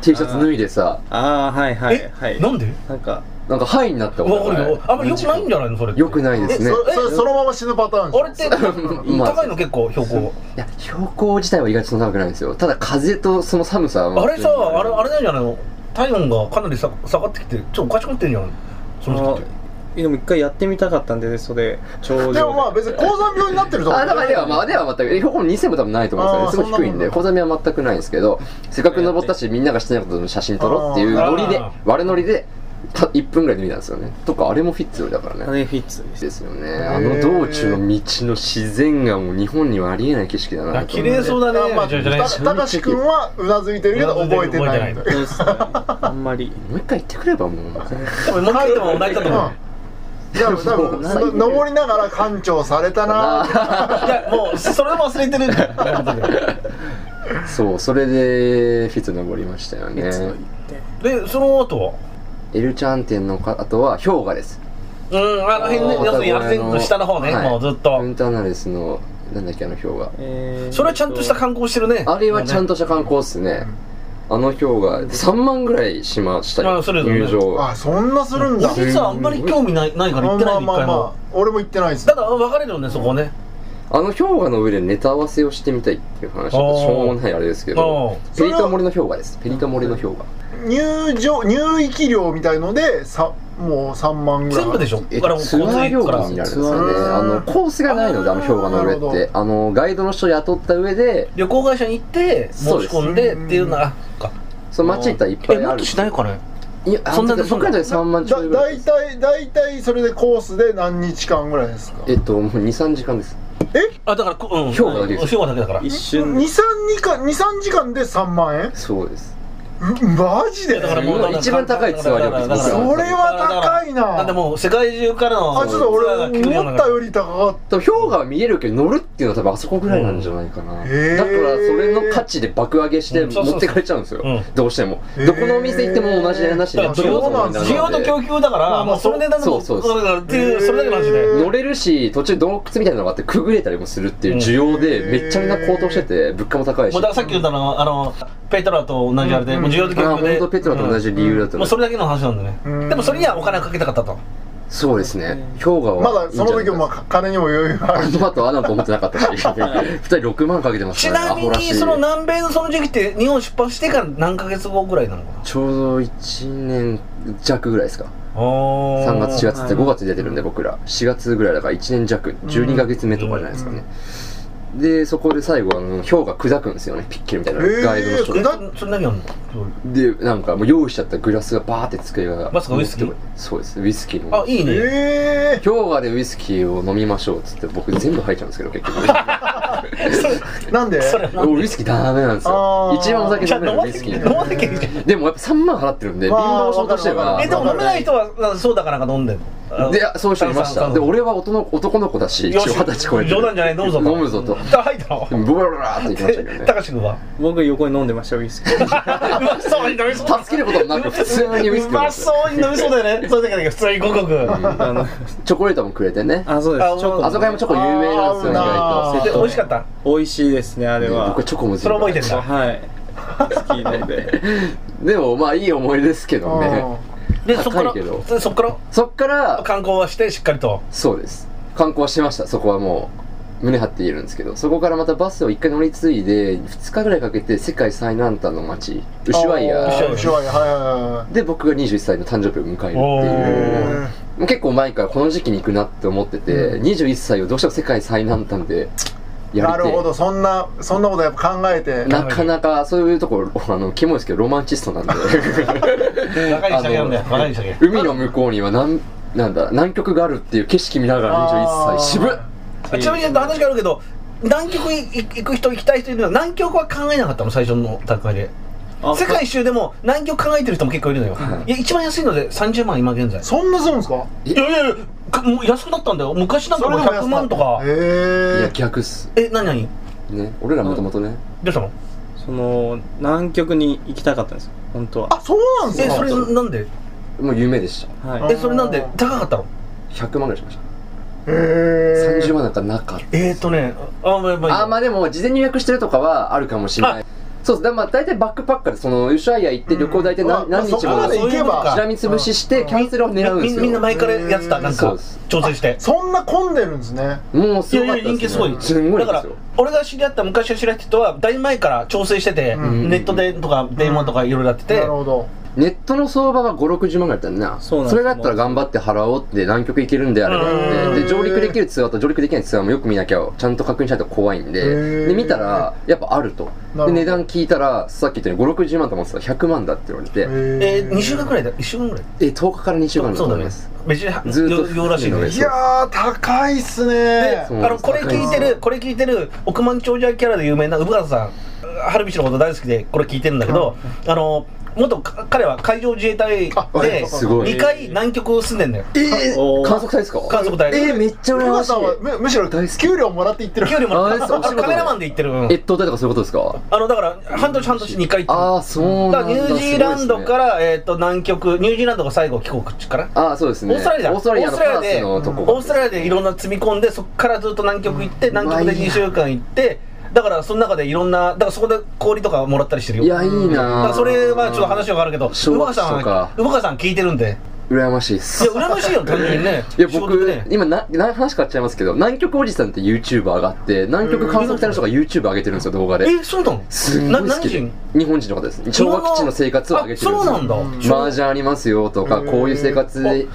[SPEAKER 3] T シャツ脱いでさ
[SPEAKER 4] ああはいはい
[SPEAKER 5] え
[SPEAKER 4] はい
[SPEAKER 5] なんで
[SPEAKER 4] なんか
[SPEAKER 3] なんかハイになったもん
[SPEAKER 5] わかるよあんまり良くないんじゃないのそれって
[SPEAKER 3] よくないですね
[SPEAKER 2] そそそのまま死ぬパターンでしょ
[SPEAKER 5] あれって高いの結構標高
[SPEAKER 3] いや標高自体は意外とそんな高くないんですよただ風とその寒さは
[SPEAKER 5] あれさあれあれなんじゃないの体温がかなりさ下がってきてちょっとおかしくなってんじゃんその人って
[SPEAKER 4] あでも一回やってみたかったんでねそれ頂上
[SPEAKER 2] でもまあ別に高山病になってると思う
[SPEAKER 3] あだからではまあでは全くえ標高も2000も多分ないと思うんですよねす
[SPEAKER 2] あー
[SPEAKER 3] ごい低いんで
[SPEAKER 2] そ
[SPEAKER 3] 小ざみは全くないんですけどせっかく登ったしみんながしてないことの写真撮ろうっていう
[SPEAKER 5] あー
[SPEAKER 3] ノリで
[SPEAKER 5] あー
[SPEAKER 3] 我ノリでた1分ぐらいで見たんですよねとかあれもフィッツよりだから
[SPEAKER 4] あ
[SPEAKER 3] ね
[SPEAKER 4] れフィッツです
[SPEAKER 3] ですよねあの道中の道の自然がもう日本にはありえない景色だなと
[SPEAKER 5] 綺麗そうだ
[SPEAKER 2] あ
[SPEAKER 5] ね
[SPEAKER 2] まあ
[SPEAKER 5] じゃあじゃあね
[SPEAKER 2] たたかし君はうなずいてるけど覚えてないんだよ
[SPEAKER 5] うな
[SPEAKER 4] そうですねあんまり
[SPEAKER 3] もう一回行ってくればもう
[SPEAKER 5] でももう一回言っても同じだと思
[SPEAKER 2] う
[SPEAKER 5] う
[SPEAKER 2] んでも多分の登りながら館長されたな
[SPEAKER 5] じゃもうそれも忘れてるんだよ本当に
[SPEAKER 3] そうそれでフィッツ登りましたよね
[SPEAKER 5] でその後は
[SPEAKER 3] エルチャン店のかあとは氷河です
[SPEAKER 5] うんあの辺ね要するにアルゼンチンの下の方ね
[SPEAKER 3] はい
[SPEAKER 5] もうずっと
[SPEAKER 3] フンターナレスのなんだっけあの氷河
[SPEAKER 4] えー
[SPEAKER 5] それはちゃんとした観光してるね
[SPEAKER 3] あれはちゃんとした観光っすね。あの氷河、3万ぐらいしましたよ、
[SPEAKER 5] あそれぞれね
[SPEAKER 3] 入場。
[SPEAKER 2] あそんなするんだ
[SPEAKER 5] 俺実はあんまり興味ないないから行ってないの一回も
[SPEAKER 2] 俺も行ってないです
[SPEAKER 5] ただ分かれるよねそこね
[SPEAKER 3] あの氷河の上でネタ合わせをしてみたいっていう話、しょうもないあれですけど、
[SPEAKER 5] う
[SPEAKER 3] ペリトモリの氷河です。ペリトモリの氷河。
[SPEAKER 2] 入場入域料みたいのでさもう3万
[SPEAKER 5] ん
[SPEAKER 2] ぐらい
[SPEAKER 5] 全部でしょ
[SPEAKER 3] え
[SPEAKER 5] あれもう
[SPEAKER 3] ツアー
[SPEAKER 5] 交
[SPEAKER 3] 業
[SPEAKER 5] 通から
[SPEAKER 3] 務になるんですよね。あの、コースがないので、あの氷河の上
[SPEAKER 2] あーなる
[SPEAKER 3] っ
[SPEAKER 2] ほ
[SPEAKER 3] て。あの、ガイドの人雇った上で、
[SPEAKER 5] 旅行会社に行って申し込んでっていうのはあっか
[SPEAKER 3] その街行ったらいっぱ
[SPEAKER 5] え
[SPEAKER 3] い
[SPEAKER 5] も
[SPEAKER 3] あ
[SPEAKER 5] っと
[SPEAKER 3] る。
[SPEAKER 5] しないかね
[SPEAKER 3] いや、
[SPEAKER 5] そ
[SPEAKER 3] そ
[SPEAKER 5] ん
[SPEAKER 3] ん
[SPEAKER 5] な
[SPEAKER 3] な
[SPEAKER 5] に
[SPEAKER 3] で僕らで3万ちょ
[SPEAKER 2] だ
[SPEAKER 3] いぐら
[SPEAKER 2] だ
[SPEAKER 3] い
[SPEAKER 2] い
[SPEAKER 3] です。
[SPEAKER 2] たいだいたいそれでコースで何日間ぐらいですか
[SPEAKER 3] えっと、もう2、3時間です。
[SPEAKER 5] あだからこうん
[SPEAKER 3] 兵庫だけです
[SPEAKER 5] 兵庫だけだから
[SPEAKER 4] 一瞬
[SPEAKER 2] 23時間23時間で3万円
[SPEAKER 3] そうです。
[SPEAKER 2] うマジで
[SPEAKER 5] だからもう
[SPEAKER 3] すごい一番高いツアー料金です
[SPEAKER 5] だから
[SPEAKER 2] それは高いな
[SPEAKER 5] なんでもう世界中からの
[SPEAKER 2] あちょっと
[SPEAKER 5] ツアーが
[SPEAKER 2] 俺
[SPEAKER 5] 来るような
[SPEAKER 2] 思ったより高かっ
[SPEAKER 3] 多分氷河は見えるけど乗るっていうのは多分あそこぐらいなんじゃないかな、
[SPEAKER 2] んへー
[SPEAKER 3] だからそれの価値で爆上げして
[SPEAKER 5] うんそうそう
[SPEAKER 3] 持ってかれちゃうんですよ、
[SPEAKER 5] うん
[SPEAKER 3] どうしても、
[SPEAKER 2] へー
[SPEAKER 3] どこのお店行っても同じ値段なし
[SPEAKER 5] い
[SPEAKER 3] で
[SPEAKER 5] や
[SPEAKER 2] そうなんです
[SPEAKER 5] 需要と供給だか
[SPEAKER 2] まあ
[SPEAKER 5] ら
[SPEAKER 2] まあ
[SPEAKER 5] もうその値段でも
[SPEAKER 3] そうそうそう
[SPEAKER 5] だからっていうそれだけの話
[SPEAKER 2] へ
[SPEAKER 5] で
[SPEAKER 2] ー
[SPEAKER 3] 乗れるし途中洞窟みたいなのがあってくぐれたりもするっていう需要で
[SPEAKER 2] うん
[SPEAKER 3] めっちゃみんな高騰してて物価も高いし
[SPEAKER 5] もうだからさっき言ったのはあのペトラと同じあれで
[SPEAKER 2] うん
[SPEAKER 5] もう需要と
[SPEAKER 3] あ
[SPEAKER 5] 供給
[SPEAKER 3] 本
[SPEAKER 5] で
[SPEAKER 3] 当ペトラと同じ理由だった
[SPEAKER 5] うんも
[SPEAKER 3] の
[SPEAKER 5] うそれだけの話なんだね
[SPEAKER 2] うん
[SPEAKER 5] でもそれにはお金をかけたかったと
[SPEAKER 3] そうですね氷河
[SPEAKER 2] た
[SPEAKER 3] は
[SPEAKER 2] まだその時もま
[SPEAKER 3] あ
[SPEAKER 2] あ金にも余裕がある
[SPEAKER 3] あの後穴と思ってなか ったし2人6万かけてます
[SPEAKER 5] ち
[SPEAKER 3] からね
[SPEAKER 5] なみ
[SPEAKER 3] アホらし
[SPEAKER 5] に
[SPEAKER 3] い
[SPEAKER 5] その南米のその時期って日本出発してから何ヶ月後ぐらいなのかな
[SPEAKER 3] ちょうど1年弱ぐらいですか3
[SPEAKER 5] 3
[SPEAKER 3] 月4月って
[SPEAKER 4] はい
[SPEAKER 3] 5月に出てるんで僕ら4月ぐらいだから1年弱12ヶ月目とかじゃないですかね、でそこで最後あの氷が砕くんですよねピッケルみたいな
[SPEAKER 2] へー
[SPEAKER 3] ガイドの人
[SPEAKER 2] 砕
[SPEAKER 3] が
[SPEAKER 2] だ
[SPEAKER 5] それ何やんの
[SPEAKER 3] でなんかもう用意しちゃったグラスがバーって机が
[SPEAKER 5] まさかウイスキー
[SPEAKER 3] そうですウイスキー
[SPEAKER 5] あ
[SPEAKER 3] の
[SPEAKER 5] いいね
[SPEAKER 2] ええ
[SPEAKER 3] 氷河でウイスキーを飲みましょうっつって僕全部入っちゃうんですけど結局
[SPEAKER 2] なんで
[SPEAKER 5] それは
[SPEAKER 3] 俺ウイスキーダメなんです
[SPEAKER 2] あ
[SPEAKER 3] よ
[SPEAKER 2] ー
[SPEAKER 3] 一番お酒
[SPEAKER 5] じゃ
[SPEAKER 3] ダ
[SPEAKER 5] あ
[SPEAKER 3] メ
[SPEAKER 5] 飲
[SPEAKER 3] なの
[SPEAKER 5] ま
[SPEAKER 3] ウイ
[SPEAKER 5] な
[SPEAKER 3] ス
[SPEAKER 5] き
[SPEAKER 3] キ
[SPEAKER 5] ゃ
[SPEAKER 3] ー
[SPEAKER 5] 飲まなきゃいいじゃん
[SPEAKER 3] でもやっぱ3万払ってるんで貧
[SPEAKER 2] まあ
[SPEAKER 3] 乏症として
[SPEAKER 2] わ
[SPEAKER 3] は
[SPEAKER 2] か
[SPEAKER 5] え
[SPEAKER 2] る
[SPEAKER 5] で
[SPEAKER 2] わ
[SPEAKER 5] も飲めない人はそうだからなんか飲んでんの
[SPEAKER 3] であそういう人いましたで俺は男の男の子だし一
[SPEAKER 5] よ
[SPEAKER 3] 応
[SPEAKER 5] し
[SPEAKER 3] 二十歳超えて
[SPEAKER 5] 冗談じゃない飲むぞと
[SPEAKER 3] 飲むぞと
[SPEAKER 5] だ入ったの
[SPEAKER 3] でもブラブラブラって言ってましたけど
[SPEAKER 5] た
[SPEAKER 3] ね
[SPEAKER 5] かし君 は
[SPEAKER 4] 僕横に飲んでましたウイスキー
[SPEAKER 5] うまそうに飲みそう
[SPEAKER 3] 助けることもなく普通にウイス
[SPEAKER 5] う
[SPEAKER 3] キー飲ん
[SPEAKER 5] ま
[SPEAKER 3] でた
[SPEAKER 5] そうに飲みそうだよねそれだけだけど普通にごくごく
[SPEAKER 4] あの
[SPEAKER 3] チョコレートもくれてね
[SPEAKER 4] あそうで
[SPEAKER 5] あ
[SPEAKER 4] すチョコ
[SPEAKER 3] あそこもチョコ有名なんですよ意
[SPEAKER 2] あ
[SPEAKER 3] 外
[SPEAKER 5] で美味しかった
[SPEAKER 4] 美味しいですねあれ
[SPEAKER 3] と
[SPEAKER 4] は
[SPEAKER 3] 僕チョコも
[SPEAKER 5] そ
[SPEAKER 3] 全
[SPEAKER 5] れ
[SPEAKER 3] 部
[SPEAKER 5] 覚えてんだ
[SPEAKER 4] はい好きなんで
[SPEAKER 3] でもまあいい思い出ですけどね
[SPEAKER 5] でそっから
[SPEAKER 3] 高いけど
[SPEAKER 5] でそっから
[SPEAKER 3] そっから
[SPEAKER 5] 観光はしてしっかりと
[SPEAKER 3] そうです観光はしましたそこはもう胸張って言えるんですけどそこからまたバスを一回乗り継いで2日ぐらいかけて世界最南端の町ウシュワイ
[SPEAKER 2] あ
[SPEAKER 3] ア
[SPEAKER 2] ーウシュワイアはいは
[SPEAKER 3] で僕が21歳の誕生日
[SPEAKER 2] い
[SPEAKER 3] を迎えるっていう
[SPEAKER 2] はい
[SPEAKER 3] もう結構前からこの時期に行くなって思ってて、21歳をどうしても世界最南端でや
[SPEAKER 2] な
[SPEAKER 3] りてえ
[SPEAKER 2] るほどそんなそんなことやっぱ考えて
[SPEAKER 3] なかなかそういうところあのキモいですけどロマンチスト なんで
[SPEAKER 5] 若い人だけなんだよ若い人だけ
[SPEAKER 3] 海の向こうにはなんなんだ南極があるっていう景色見ながら
[SPEAKER 2] あー
[SPEAKER 3] 21歳渋っ
[SPEAKER 5] あちなみに話があるけど南極に行く人行きたい人いるのは南極は考えなかったの最初の段階で
[SPEAKER 4] あ
[SPEAKER 5] 世界一周でも南極考えてる人も結構いるのよいや一番安いので30万今現在
[SPEAKER 2] そんなするんですか
[SPEAKER 5] いやいやいやかもう安くなったんだよ昔なんかもう100万とか
[SPEAKER 2] へ
[SPEAKER 3] いや
[SPEAKER 2] え
[SPEAKER 3] 逆っす
[SPEAKER 5] え何何
[SPEAKER 3] ね俺らもともとね
[SPEAKER 5] どうしたの
[SPEAKER 4] その南極に行きたかったんですよ本当は
[SPEAKER 2] あそうなんです
[SPEAKER 5] え
[SPEAKER 2] か
[SPEAKER 5] それなんで
[SPEAKER 3] もう夢でした
[SPEAKER 4] は
[SPEAKER 5] えそれなんで高かったの
[SPEAKER 3] 100万ぐらいしました
[SPEAKER 2] へ
[SPEAKER 3] 30万なんかなかった
[SPEAKER 5] えーとねあまあまあいい
[SPEAKER 3] あーまあでも事前に予約してるとかはあるかもしれないそうですだからまあ大体バックパッカーでそのウシュアイア行って旅行大体何,、
[SPEAKER 2] うん
[SPEAKER 3] 何日
[SPEAKER 2] まあそこま
[SPEAKER 3] も
[SPEAKER 2] で行けば
[SPEAKER 3] しらみつぶししてキャンセルを狙うんで
[SPEAKER 5] み
[SPEAKER 3] すよ
[SPEAKER 5] みんな前からやってたなん
[SPEAKER 3] そう
[SPEAKER 5] か
[SPEAKER 3] です
[SPEAKER 5] 調整して
[SPEAKER 2] そんな混んでるんですね
[SPEAKER 3] もうすごか
[SPEAKER 5] いや
[SPEAKER 3] った
[SPEAKER 5] いや人気すごい
[SPEAKER 3] すんごい
[SPEAKER 5] だか
[SPEAKER 3] で
[SPEAKER 5] ら
[SPEAKER 3] すよ
[SPEAKER 5] 俺が知り合った昔の知り合った人はだいぶ前から調整してて、
[SPEAKER 2] うん
[SPEAKER 5] ネットでとか電話とかいろいろやってて、
[SPEAKER 2] なるほど
[SPEAKER 3] ネットの相場が560万ぐらいだったんだな
[SPEAKER 4] そうなんです
[SPEAKER 3] れがあったら頑張って払おうって南極行けるんであれば
[SPEAKER 2] う
[SPEAKER 3] っ
[SPEAKER 2] ん
[SPEAKER 3] てで上陸できるツアーと上陸できないツアーもよく見なきゃちゃんと確認しないと怖い
[SPEAKER 2] へ
[SPEAKER 3] ん
[SPEAKER 2] ー
[SPEAKER 3] でで見たらやっぱあると
[SPEAKER 2] なるほど
[SPEAKER 3] で値段聞いたらさっき言ったように560万と思ってたら100万だって言われて
[SPEAKER 2] え
[SPEAKER 5] えー、2週間くらいだ1週間くらい
[SPEAKER 3] え10日から2週間だと
[SPEAKER 5] そう
[SPEAKER 3] 思
[SPEAKER 5] だ
[SPEAKER 3] い
[SPEAKER 5] ね
[SPEAKER 3] ます
[SPEAKER 5] めちゃ
[SPEAKER 3] ずっと
[SPEAKER 5] よようらしいの
[SPEAKER 3] 船の上
[SPEAKER 5] ね
[SPEAKER 2] いやー高いっすね
[SPEAKER 5] で、
[SPEAKER 3] そう
[SPEAKER 5] あのこれ聞いてるこれ聞いてる億万長者キャラで有名な産方さん春道のこと大好きでこれ聞いてるんだけど、あの元か彼は海上自衛隊
[SPEAKER 2] ああれ
[SPEAKER 5] です
[SPEAKER 3] ごい
[SPEAKER 5] 2回南極住んでんだよ
[SPEAKER 3] え
[SPEAKER 4] おー
[SPEAKER 3] 観測隊ですか
[SPEAKER 5] 観測隊
[SPEAKER 3] えーめっちゃ
[SPEAKER 2] 古
[SPEAKER 3] 羨ま
[SPEAKER 2] 川
[SPEAKER 3] し
[SPEAKER 2] さんはむむしろ給料もらっていってる
[SPEAKER 5] 給料もらった
[SPEAKER 3] あそうお仕
[SPEAKER 5] あ
[SPEAKER 3] 事で
[SPEAKER 5] カメラマンで行ってる、うん
[SPEAKER 3] い越冬隊とかそういうことですか
[SPEAKER 5] あのだから半年半年2回行ってる
[SPEAKER 3] ああそうな
[SPEAKER 5] だ
[SPEAKER 3] ん
[SPEAKER 5] から
[SPEAKER 3] だ
[SPEAKER 5] ニュージーランドからら、えー、と南極ニュージーランドが最後帰国地から
[SPEAKER 3] ああそうですね
[SPEAKER 5] オーストラリアだ
[SPEAKER 3] オーストラリアの
[SPEAKER 5] オースト
[SPEAKER 3] パ
[SPEAKER 5] ラリア
[SPEAKER 3] ー
[SPEAKER 5] で
[SPEAKER 3] スのとこ
[SPEAKER 5] オーストラリアでいろんな積み込んでそこからずっと南極行って南極で2週間行ってだからその中でいろんなだからそこで氷とかもらったりしてるよ
[SPEAKER 3] いやいい
[SPEAKER 5] だか
[SPEAKER 3] な
[SPEAKER 5] ら
[SPEAKER 3] あ
[SPEAKER 5] それはちょっと話が変わるけど
[SPEAKER 3] 小
[SPEAKER 5] 馬
[SPEAKER 3] 学
[SPEAKER 5] 川
[SPEAKER 3] 生
[SPEAKER 5] さ
[SPEAKER 3] と
[SPEAKER 5] ん
[SPEAKER 3] か
[SPEAKER 5] は馬川さん聞いてるんで
[SPEAKER 3] 羨ましいっす
[SPEAKER 5] いや羨ましいよ単純にね
[SPEAKER 3] いや
[SPEAKER 5] 仕事
[SPEAKER 3] 僕、
[SPEAKER 5] でね
[SPEAKER 3] 今なな話変わっちゃいますけど南極おじさんって YouTuber があって南極観測隊の人が YouTube 上げてるんですよ動画で
[SPEAKER 5] えそうなの
[SPEAKER 3] すんごい
[SPEAKER 5] な何
[SPEAKER 3] 好きで
[SPEAKER 5] 人
[SPEAKER 3] 日本人の方です昭和基地の生活を上げてるん
[SPEAKER 5] あそう
[SPEAKER 3] です
[SPEAKER 5] な
[SPEAKER 3] よ
[SPEAKER 5] んだ、
[SPEAKER 2] うん
[SPEAKER 3] マージャンありますよと
[SPEAKER 2] へ
[SPEAKER 3] か
[SPEAKER 2] ー
[SPEAKER 3] こういう生活で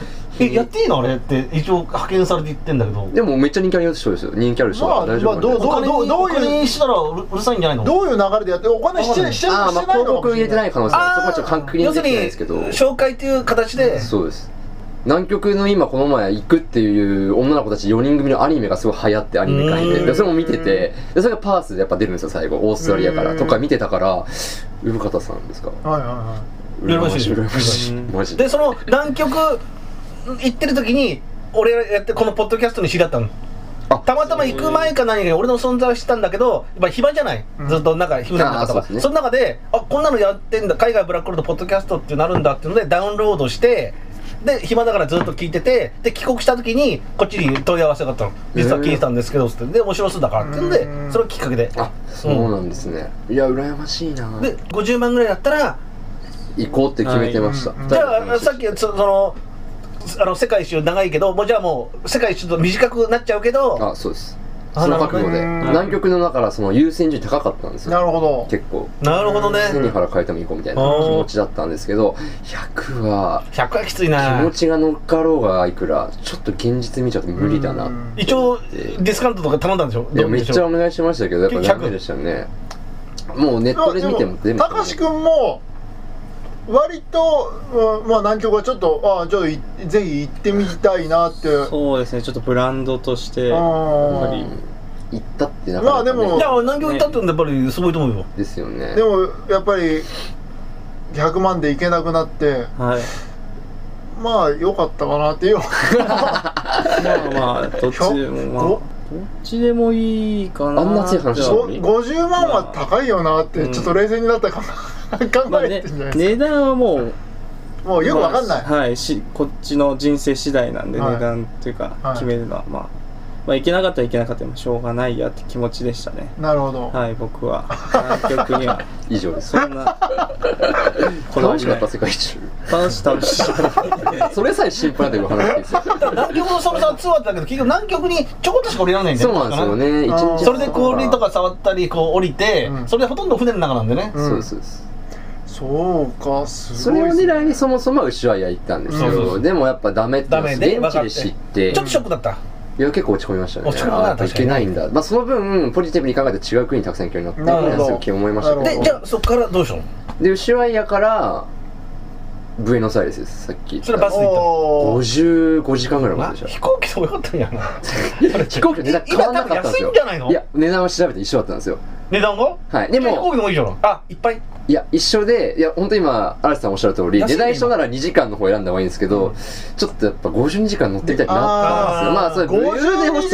[SPEAKER 5] えやっていいのあれって一応派遣されて言ってんだけど
[SPEAKER 3] でもめっちゃ人気ある人ですよ人気ある人
[SPEAKER 2] まあ
[SPEAKER 3] は大丈夫なんで、
[SPEAKER 2] まあどうぞ
[SPEAKER 5] お金に
[SPEAKER 2] どうどう
[SPEAKER 5] お
[SPEAKER 2] いう
[SPEAKER 5] 金にしたらうるうるさいんじゃないの
[SPEAKER 2] どういう流れでやってお金してしてして
[SPEAKER 3] ああま
[SPEAKER 2] な
[SPEAKER 3] あ
[SPEAKER 2] い
[SPEAKER 3] 広
[SPEAKER 2] のか
[SPEAKER 3] 告
[SPEAKER 2] もし
[SPEAKER 3] 入れてない可能性
[SPEAKER 5] あー
[SPEAKER 3] はそこはちょっと確認できてないですけど
[SPEAKER 5] 要するに紹介という形で
[SPEAKER 3] そうです南極の今この前行くっていう女の子たち4人組のアニメがすごい流行ってアニメ化して
[SPEAKER 5] うん
[SPEAKER 3] でそれも見ててでそれがパースでやっぱ出るんですよ最後オーストラリアか
[SPEAKER 2] う
[SPEAKER 3] ら
[SPEAKER 2] ん
[SPEAKER 3] とか見てたから産方さんですか
[SPEAKER 2] はいはいは
[SPEAKER 5] 羨ましい
[SPEAKER 3] 羨ましい
[SPEAKER 4] うん
[SPEAKER 3] マジで
[SPEAKER 5] でその南極行ってる時に俺やってこのポッドキャストに知り合ったの
[SPEAKER 3] あ
[SPEAKER 5] たまたま行く前か何かに俺の存在を知ったんだけどやっぱ暇じゃない、
[SPEAKER 2] うん
[SPEAKER 5] ずっとなんか暇な
[SPEAKER 3] あ
[SPEAKER 5] 中と
[SPEAKER 3] ーそ
[SPEAKER 5] か
[SPEAKER 3] うです
[SPEAKER 5] そ,、
[SPEAKER 3] ね
[SPEAKER 5] の中であこんなのやってんだ海外ブラックホールドポッドキャストってなるんだっていうのでダウンロードしてで暇だからずっと聞いててで帰国した時にこっちに問い合わせがあったの実は聞いてたんですけどつってで面白そうだからっていうんで
[SPEAKER 2] うん
[SPEAKER 5] それをきっかけで
[SPEAKER 3] あそうなんですねいや羨ましいな
[SPEAKER 5] で50万ぐらいだったら
[SPEAKER 3] 行こうって決めてました
[SPEAKER 2] はい
[SPEAKER 3] 二
[SPEAKER 5] じ
[SPEAKER 3] 人で
[SPEAKER 5] ゃあさっきそそのあの世界一周長いけどもうじゃあもう世界一周と短くなっちゃうけど
[SPEAKER 3] あそうです
[SPEAKER 5] あ
[SPEAKER 3] その覚悟
[SPEAKER 2] な
[SPEAKER 3] で
[SPEAKER 2] るほどね
[SPEAKER 3] 南極のだからその優先順位高かったんです
[SPEAKER 2] いな
[SPEAKER 3] よ
[SPEAKER 2] るほど
[SPEAKER 3] 結構
[SPEAKER 5] なるほどね
[SPEAKER 3] 背に腹変えてもいい子みたいな気持ちだったんですけど100は
[SPEAKER 5] 100はきつい
[SPEAKER 3] 気
[SPEAKER 5] な
[SPEAKER 3] 持ちが乗っかろうがいくらちょっと現実見ちゃうと無理だな
[SPEAKER 2] うん
[SPEAKER 5] 一応ディスカウントとか頼んだんでしょ
[SPEAKER 3] いやめっちゃお願いしましたけどやっぱ
[SPEAKER 5] 100
[SPEAKER 3] ダメでしたねもうネットで見ても全部
[SPEAKER 2] たかしくんも割と、うんまあ南極はちょっとあちょっといぜひ行ってみたいなって
[SPEAKER 4] いそうですねちょっとブランドとし
[SPEAKER 2] あ
[SPEAKER 4] てやっぱ
[SPEAKER 2] ー
[SPEAKER 4] り
[SPEAKER 3] 行ったってなかな
[SPEAKER 2] まあ
[SPEAKER 3] か、ね、
[SPEAKER 2] でも
[SPEAKER 5] いや南極行ったってのはやっぱりすごいと思う よ、
[SPEAKER 3] ですよね
[SPEAKER 2] でもやっぱり100万で行けなくなって
[SPEAKER 4] はい
[SPEAKER 2] まあ良かったかなっていう
[SPEAKER 4] まあまあどっちでもまあど
[SPEAKER 2] ご
[SPEAKER 4] っちでもいいかな
[SPEAKER 3] あんな熱い話
[SPEAKER 4] じゃ
[SPEAKER 3] そ
[SPEAKER 4] あ
[SPEAKER 3] う
[SPEAKER 2] ご50万は高いよなって
[SPEAKER 4] うん
[SPEAKER 2] ちょっと冷静になったから
[SPEAKER 4] ま
[SPEAKER 2] 考
[SPEAKER 4] あ
[SPEAKER 2] え
[SPEAKER 4] ね
[SPEAKER 2] てんじゃないですか、
[SPEAKER 4] 値段はもう
[SPEAKER 2] もうよくわかんない、
[SPEAKER 4] まあはいしこっちの人生次第なんで
[SPEAKER 2] はい
[SPEAKER 4] 値段っていうか
[SPEAKER 2] はい
[SPEAKER 4] 決めるのはまあまあ行けなかったらいけなかったらしょうがないやって気持ちでしたね
[SPEAKER 2] なるほど、
[SPEAKER 4] はい僕は南極には
[SPEAKER 3] 以上です
[SPEAKER 4] そんなこれは
[SPEAKER 3] 楽しかった世界中
[SPEAKER 4] 楽しい楽しい
[SPEAKER 3] それさえ心配だという話ですよ
[SPEAKER 5] 南極のそのさツアーだけど結局南極にちょこっとしか降りられないんだ
[SPEAKER 3] そ
[SPEAKER 5] よ
[SPEAKER 3] うなんですよね一
[SPEAKER 2] あー
[SPEAKER 3] 日
[SPEAKER 5] それで氷とか触ったりこう降りて、
[SPEAKER 2] うん
[SPEAKER 5] それでほとんど船の中なんでね、
[SPEAKER 3] そううんそうです
[SPEAKER 2] そうかす
[SPEAKER 3] そ
[SPEAKER 2] ごい
[SPEAKER 3] れを
[SPEAKER 2] っすね
[SPEAKER 3] 狙いにそもそもは牛は焼いたんですけ
[SPEAKER 5] そうそうそ
[SPEAKER 3] どでもやっぱダメっていうのは
[SPEAKER 5] ダメで
[SPEAKER 3] 現地で知って
[SPEAKER 5] ちょっとショックだった、
[SPEAKER 3] いや結構落ち込みましたね
[SPEAKER 5] 落ち込むな
[SPEAKER 3] あやっぱい
[SPEAKER 5] 確か
[SPEAKER 3] け
[SPEAKER 5] に
[SPEAKER 3] ないんだまあその分ポジティブに考えて違う国にたくさん行けるようになったっていうのはすごい思いました
[SPEAKER 2] なる
[SPEAKER 3] け
[SPEAKER 2] ほ
[SPEAKER 5] で
[SPEAKER 3] ど
[SPEAKER 5] じゃあそこからどうしたの
[SPEAKER 3] で牛ワイヤからブエノスアイレスですさっき言っ
[SPEAKER 5] それバ
[SPEAKER 3] た
[SPEAKER 5] スで行ったの
[SPEAKER 2] おー
[SPEAKER 3] 55時間ぐらいま
[SPEAKER 5] な
[SPEAKER 3] ででし
[SPEAKER 5] 飛
[SPEAKER 3] た
[SPEAKER 5] 行機でもよかったんやな
[SPEAKER 3] 飛行機の値段変わんなかったんです
[SPEAKER 5] 今多分安
[SPEAKER 3] よ
[SPEAKER 5] いんじゃないの
[SPEAKER 3] や値段は調べて一緒だったんですよ
[SPEAKER 5] 値段が
[SPEAKER 3] はいで
[SPEAKER 5] 飛行
[SPEAKER 3] も
[SPEAKER 5] 機の方がいいじゃんあいっぱい
[SPEAKER 3] いや一緒でいや本当今荒木さんおっしゃる通り
[SPEAKER 5] 安いね
[SPEAKER 3] 値段一緒なら2時間の方選んだ方がいいんですけどちょっとやっぱ52時間乗ってみたいになったんですよまあそれ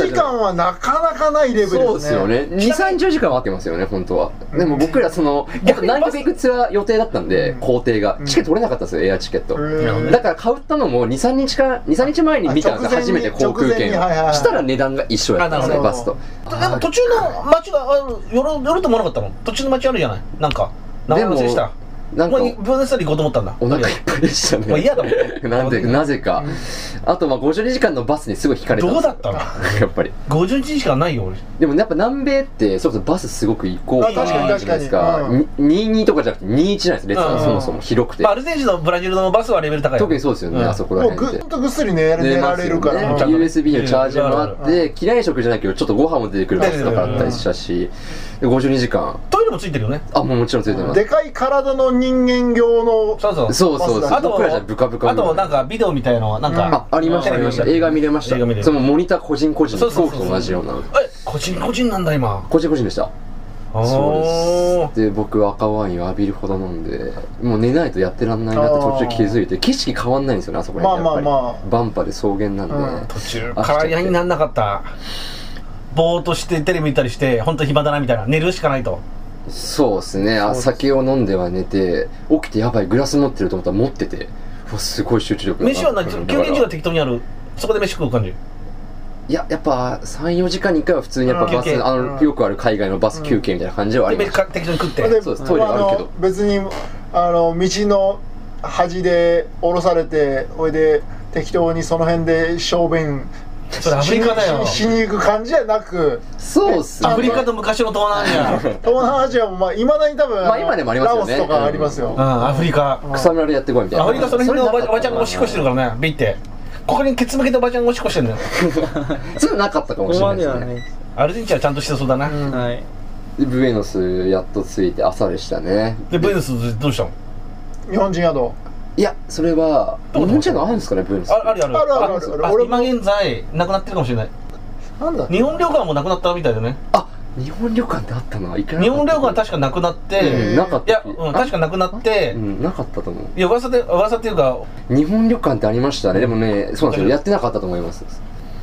[SPEAKER 2] 52時間はなかなかないレベルですね
[SPEAKER 3] そうですよね230時間は合ってますよね本当はでも僕らその
[SPEAKER 5] 逆に
[SPEAKER 3] 南極行くツアー予定だったんで
[SPEAKER 2] うん
[SPEAKER 3] 行程が
[SPEAKER 2] うん
[SPEAKER 3] チケット取れなかったんですよエアチケット
[SPEAKER 2] へー
[SPEAKER 3] だから買ったのも23日か23日前に見たんですよ
[SPEAKER 2] あ直
[SPEAKER 3] 初
[SPEAKER 2] 前
[SPEAKER 3] め
[SPEAKER 2] に
[SPEAKER 3] て航空券
[SPEAKER 2] 直前にはいはいは
[SPEAKER 3] を
[SPEAKER 2] い
[SPEAKER 3] したら値段が一緒やったんです
[SPEAKER 2] あ
[SPEAKER 3] ね
[SPEAKER 2] な
[SPEAKER 3] バ
[SPEAKER 2] るほ
[SPEAKER 3] ス
[SPEAKER 2] ど
[SPEAKER 3] と
[SPEAKER 5] でも途中の街があの寄る寄ると思わなかったの途中の街あるじゃないなんか名前忘れした
[SPEAKER 3] なんか
[SPEAKER 5] もうブエノスアイレス行こうと思ったんだ
[SPEAKER 3] お腹いっぱいでした
[SPEAKER 5] もう
[SPEAKER 3] ね
[SPEAKER 5] 嫌だ もん
[SPEAKER 3] なんでなぜかあとまあ52時間のバスにすごい惹かれたん
[SPEAKER 5] ど
[SPEAKER 3] で
[SPEAKER 5] う
[SPEAKER 3] す
[SPEAKER 5] だ
[SPEAKER 3] よ
[SPEAKER 5] ったの
[SPEAKER 3] やっぱり
[SPEAKER 5] 51時間ないよ俺
[SPEAKER 3] でもやっぱ南米ってそれこそバスすごく行こう
[SPEAKER 2] あ確
[SPEAKER 5] かに
[SPEAKER 3] じゃないですか
[SPEAKER 2] 確かに
[SPEAKER 3] に22とかじゃなくて21なんです列
[SPEAKER 5] う
[SPEAKER 3] が
[SPEAKER 5] ん
[SPEAKER 3] そもそも広くて
[SPEAKER 5] まあアルゼンチンのブラジルのバスはレベル高いよ
[SPEAKER 3] 特にそうですよね
[SPEAKER 5] うん
[SPEAKER 3] あそこら
[SPEAKER 2] もうぐ
[SPEAKER 3] 辺って
[SPEAKER 2] っとぐっすり寝
[SPEAKER 3] 寝
[SPEAKER 2] 寝ら
[SPEAKER 3] ます
[SPEAKER 2] れ
[SPEAKER 3] よ
[SPEAKER 2] るから、
[SPEAKER 3] ね
[SPEAKER 2] うん
[SPEAKER 5] ちゃんと
[SPEAKER 3] USB のチャージもあって機内食じゃないけどちょっとご飯も出てくるバスとかあったりしたしで52時間
[SPEAKER 5] トイレもついてるよね
[SPEAKER 3] あもうもちろんついてます
[SPEAKER 2] でかい体の人間形の
[SPEAKER 5] そうそう
[SPEAKER 3] そうそうそう
[SPEAKER 5] あと
[SPEAKER 3] 僕らじゃブカブカ
[SPEAKER 5] あ
[SPEAKER 3] みたい
[SPEAKER 5] となんかビデオみたいのはなんか、
[SPEAKER 3] あありましたありました映画見れました
[SPEAKER 5] 映画見れる
[SPEAKER 3] そのモニター個人個人
[SPEAKER 5] そう
[SPEAKER 3] 飛
[SPEAKER 5] そう
[SPEAKER 3] 行
[SPEAKER 5] そう
[SPEAKER 3] 機と同じような
[SPEAKER 5] え個人個人なんだ今
[SPEAKER 3] 個人個人でした
[SPEAKER 5] お
[SPEAKER 3] そ
[SPEAKER 5] ー
[SPEAKER 3] うですで僕赤ワインを浴びるほど飲んでもう寝ないとやってらんないなって途中気づいて景色変わんないんですよねあそこら辺
[SPEAKER 2] まあまあ
[SPEAKER 3] やっぱりバンパで草原なんで、
[SPEAKER 2] うん
[SPEAKER 5] 途中
[SPEAKER 3] あ
[SPEAKER 5] からやになんなかったぼーっとしてテレビ見たりして本当暇だなみたいな寝るしかないと
[SPEAKER 3] そうですねあ酒を飲んでは寝て起きてやばいグラス持ってると思ったら持っててうわすごい集中力だな
[SPEAKER 5] 飯は何
[SPEAKER 3] だ
[SPEAKER 5] 休
[SPEAKER 3] から
[SPEAKER 5] 憩時間適当にあるそこで飯食う感じ
[SPEAKER 3] いややっぱ34時間に1回は普通にやっぱバス、
[SPEAKER 5] うん
[SPEAKER 3] あ
[SPEAKER 2] う
[SPEAKER 3] の
[SPEAKER 2] ん
[SPEAKER 3] よくある海外のバス休憩みたいな感じではあ
[SPEAKER 5] で
[SPEAKER 3] りま
[SPEAKER 5] 飯
[SPEAKER 3] した、
[SPEAKER 5] か適当に食って
[SPEAKER 2] で
[SPEAKER 3] そうですトイレはあるけど
[SPEAKER 2] の別にあの道の端で降ろされてほいで適当にその辺で小便
[SPEAKER 5] それアフリカだよ
[SPEAKER 2] しししに行く感じじゃなく
[SPEAKER 3] そうっすね
[SPEAKER 5] アフリカと昔の東南アジア
[SPEAKER 2] 東南アジアもまあいまだに多分、
[SPEAKER 3] まあ今でもありますよね
[SPEAKER 2] ラオスとかありますよ、
[SPEAKER 3] うん
[SPEAKER 5] うんアフリカ
[SPEAKER 3] 草むらでやってこいみたいな
[SPEAKER 5] アフリカその辺のおばおばちゃんがおしっこしてる
[SPEAKER 3] か
[SPEAKER 5] からねビってここにケツ向けておばちゃんがおしっこしてるのよ
[SPEAKER 3] らそういうのなかったか
[SPEAKER 4] こ
[SPEAKER 3] も
[SPEAKER 4] こ
[SPEAKER 3] しれな
[SPEAKER 4] ま
[SPEAKER 3] い
[SPEAKER 4] で
[SPEAKER 3] です
[SPEAKER 4] は
[SPEAKER 3] ね
[SPEAKER 4] ね
[SPEAKER 5] アルゼンチンはちゃんとしてそうだな、
[SPEAKER 2] うん
[SPEAKER 4] はい
[SPEAKER 3] でブエノスやっと着いて朝でしたね
[SPEAKER 5] でブエノスどうしたの
[SPEAKER 2] 日本人宿
[SPEAKER 3] いやそれは
[SPEAKER 5] ど
[SPEAKER 3] 日
[SPEAKER 5] こ
[SPEAKER 3] 本人のあるんですかねブエノス
[SPEAKER 5] ああるある
[SPEAKER 2] あるあるある
[SPEAKER 5] あ
[SPEAKER 2] 俺も
[SPEAKER 5] 今現在なくなってるかもしれない
[SPEAKER 2] なんだ
[SPEAKER 5] 日本旅館もなくなったみたいだね
[SPEAKER 3] あ日本旅館ってあったな行かなかった
[SPEAKER 5] 日本旅館は確かなくなって、
[SPEAKER 3] うんなかっ
[SPEAKER 5] い
[SPEAKER 3] た
[SPEAKER 5] や、
[SPEAKER 3] っけ
[SPEAKER 5] うん、確かなくなって、
[SPEAKER 3] うんなかったと思う
[SPEAKER 5] いや噂で噂っていうか
[SPEAKER 3] 日本旅館ってありましたねでもねそうなんですよやってなかったと思います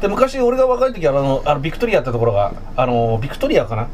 [SPEAKER 5] で昔俺が若い時はあのあのビクトリアってところがあのビクトリアかなっ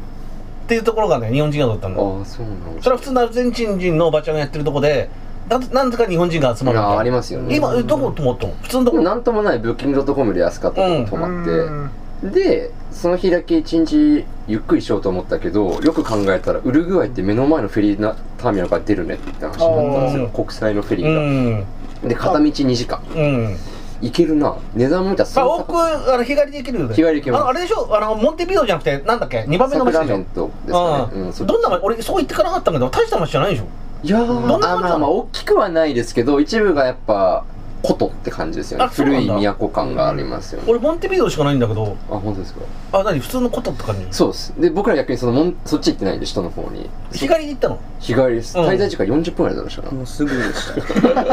[SPEAKER 5] ていうところがね日本人がだったんだ
[SPEAKER 3] ああそうなん
[SPEAKER 5] それは普通のアルゼンチン人のおばちゃんがやってるとこでなんなんとか日本人が集まるみたい
[SPEAKER 3] あ
[SPEAKER 5] な
[SPEAKER 3] ありますよね
[SPEAKER 5] 今えどこと思ったの普通のと
[SPEAKER 3] で
[SPEAKER 5] こ
[SPEAKER 3] もなんともないブッキングドットコムで安かったとこに泊まって、
[SPEAKER 2] うん
[SPEAKER 3] でその日だけ一日ゆっくりしようと思ったけどよく考えたらウルグアイって目の前のフェリーなターミナルから出るねって言った話になったんですよ
[SPEAKER 5] あー
[SPEAKER 3] 国際のフェリ
[SPEAKER 5] う
[SPEAKER 3] ーが、
[SPEAKER 5] ん
[SPEAKER 3] で片道2時間
[SPEAKER 5] うん
[SPEAKER 3] 行けるな値段も見たら
[SPEAKER 5] あ
[SPEAKER 3] そんな
[SPEAKER 5] 奥
[SPEAKER 3] 高
[SPEAKER 5] あの日帰りできるよね
[SPEAKER 3] 日帰りでき
[SPEAKER 5] あ
[SPEAKER 3] ます
[SPEAKER 5] のあれでしょあのモンテビデオじゃなくてなんだっけ2番目の
[SPEAKER 3] サク
[SPEAKER 5] 街でし
[SPEAKER 3] ラメ
[SPEAKER 5] ょ
[SPEAKER 3] ントですかね、うん、
[SPEAKER 5] う
[SPEAKER 3] そ
[SPEAKER 5] ん、
[SPEAKER 3] っち
[SPEAKER 5] どんな街俺そこ行ってかなかったけど大した街じゃないでしょ
[SPEAKER 3] いやー
[SPEAKER 5] どんな感じなの
[SPEAKER 3] あまあまあ大きくはないですけど一部がやっぱ古都って感じですよね
[SPEAKER 5] あそう
[SPEAKER 3] 古
[SPEAKER 5] なん
[SPEAKER 3] い
[SPEAKER 5] だ
[SPEAKER 3] 都感がありますよね、
[SPEAKER 5] 俺モンテビデオしかないんだけど
[SPEAKER 3] あ本当ですか
[SPEAKER 5] あ何普通のことって感じ
[SPEAKER 3] そうですで僕ら逆にそのもんそっち行ってないんで下の方に
[SPEAKER 5] 日帰りに行 ったの
[SPEAKER 3] 日帰りです、
[SPEAKER 5] うん
[SPEAKER 3] 滞在時間40分ぐらいだったかな、
[SPEAKER 4] もうすぐでした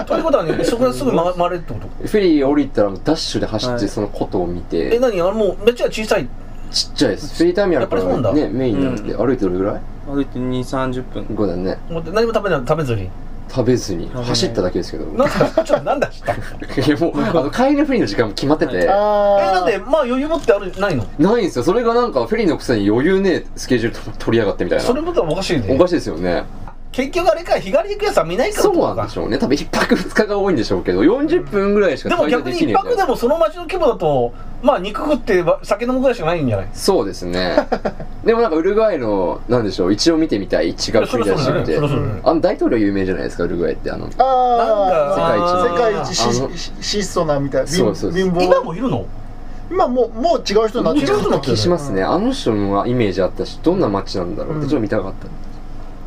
[SPEAKER 5] ということはね、そこからすぐ回回れるってこと
[SPEAKER 3] フェリー降りたらもうダッシュで走って、
[SPEAKER 4] はい
[SPEAKER 3] そのことを見
[SPEAKER 5] え、
[SPEAKER 3] て
[SPEAKER 5] 何あのもう、めっちゃ小さい
[SPEAKER 3] ちっちゃいですフェリーターミナルか
[SPEAKER 5] やっぱりそ
[SPEAKER 3] ら
[SPEAKER 5] うなんだ
[SPEAKER 3] ねメインなのって、
[SPEAKER 4] うん
[SPEAKER 3] 歩いてどれぐらい
[SPEAKER 4] 歩いて2、30分。
[SPEAKER 3] こうだね
[SPEAKER 5] もう何も食べない食べずに
[SPEAKER 3] 食べずに
[SPEAKER 4] べない
[SPEAKER 3] 走っただけですけど
[SPEAKER 5] なんかちょっとなんだしたえ
[SPEAKER 3] いやも うあの帰りのフェリーの時間も決まってて、
[SPEAKER 2] あー
[SPEAKER 5] なんでまあ余裕持ってあるないの
[SPEAKER 3] ないんですよそれがなんかフェリーのくせに余裕ねえスケジュールと取りやがってみたい
[SPEAKER 5] それ
[SPEAKER 3] な
[SPEAKER 5] もおかしい
[SPEAKER 3] お
[SPEAKER 5] ね
[SPEAKER 3] かしいですよね
[SPEAKER 5] 結局あれか日帰り行くやつは見ないから
[SPEAKER 3] そうなんでし
[SPEAKER 5] ょ
[SPEAKER 3] ょうね多分1泊2日が多いんでしょうけど40分ぐらいしか
[SPEAKER 5] でも
[SPEAKER 3] 滞在
[SPEAKER 5] 逆
[SPEAKER 3] で
[SPEAKER 5] に
[SPEAKER 3] きね
[SPEAKER 5] 一
[SPEAKER 3] えみた
[SPEAKER 5] 泊
[SPEAKER 3] い
[SPEAKER 5] で
[SPEAKER 3] な
[SPEAKER 5] もその街の規模だとまあ肉食って酒飲むぐらいしかないんじゃない
[SPEAKER 3] そうですねでもなんかウルグアイのなんでしょう一応見てみたい一学
[SPEAKER 5] そ
[SPEAKER 3] 繰り
[SPEAKER 5] ろそ
[SPEAKER 3] 出
[SPEAKER 5] ろだね
[SPEAKER 3] してみて
[SPEAKER 5] そろそろだね
[SPEAKER 3] あの大統領有名じゃないですかウルグアイってあの
[SPEAKER 2] あ
[SPEAKER 5] な
[SPEAKER 2] ー
[SPEAKER 5] ん
[SPEAKER 2] 世
[SPEAKER 5] か
[SPEAKER 2] 界一し
[SPEAKER 3] あの
[SPEAKER 2] し質素なみたいな貧
[SPEAKER 3] そうそう
[SPEAKER 2] 貧乏
[SPEAKER 5] 今もいるの
[SPEAKER 2] 今もうもう違う人になってる
[SPEAKER 5] もう違う人になってる
[SPEAKER 3] 気しますね、あの人のイメージあったしどんな街なんだろうっ
[SPEAKER 2] う
[SPEAKER 3] て
[SPEAKER 2] ん
[SPEAKER 3] ちょっと見たかっ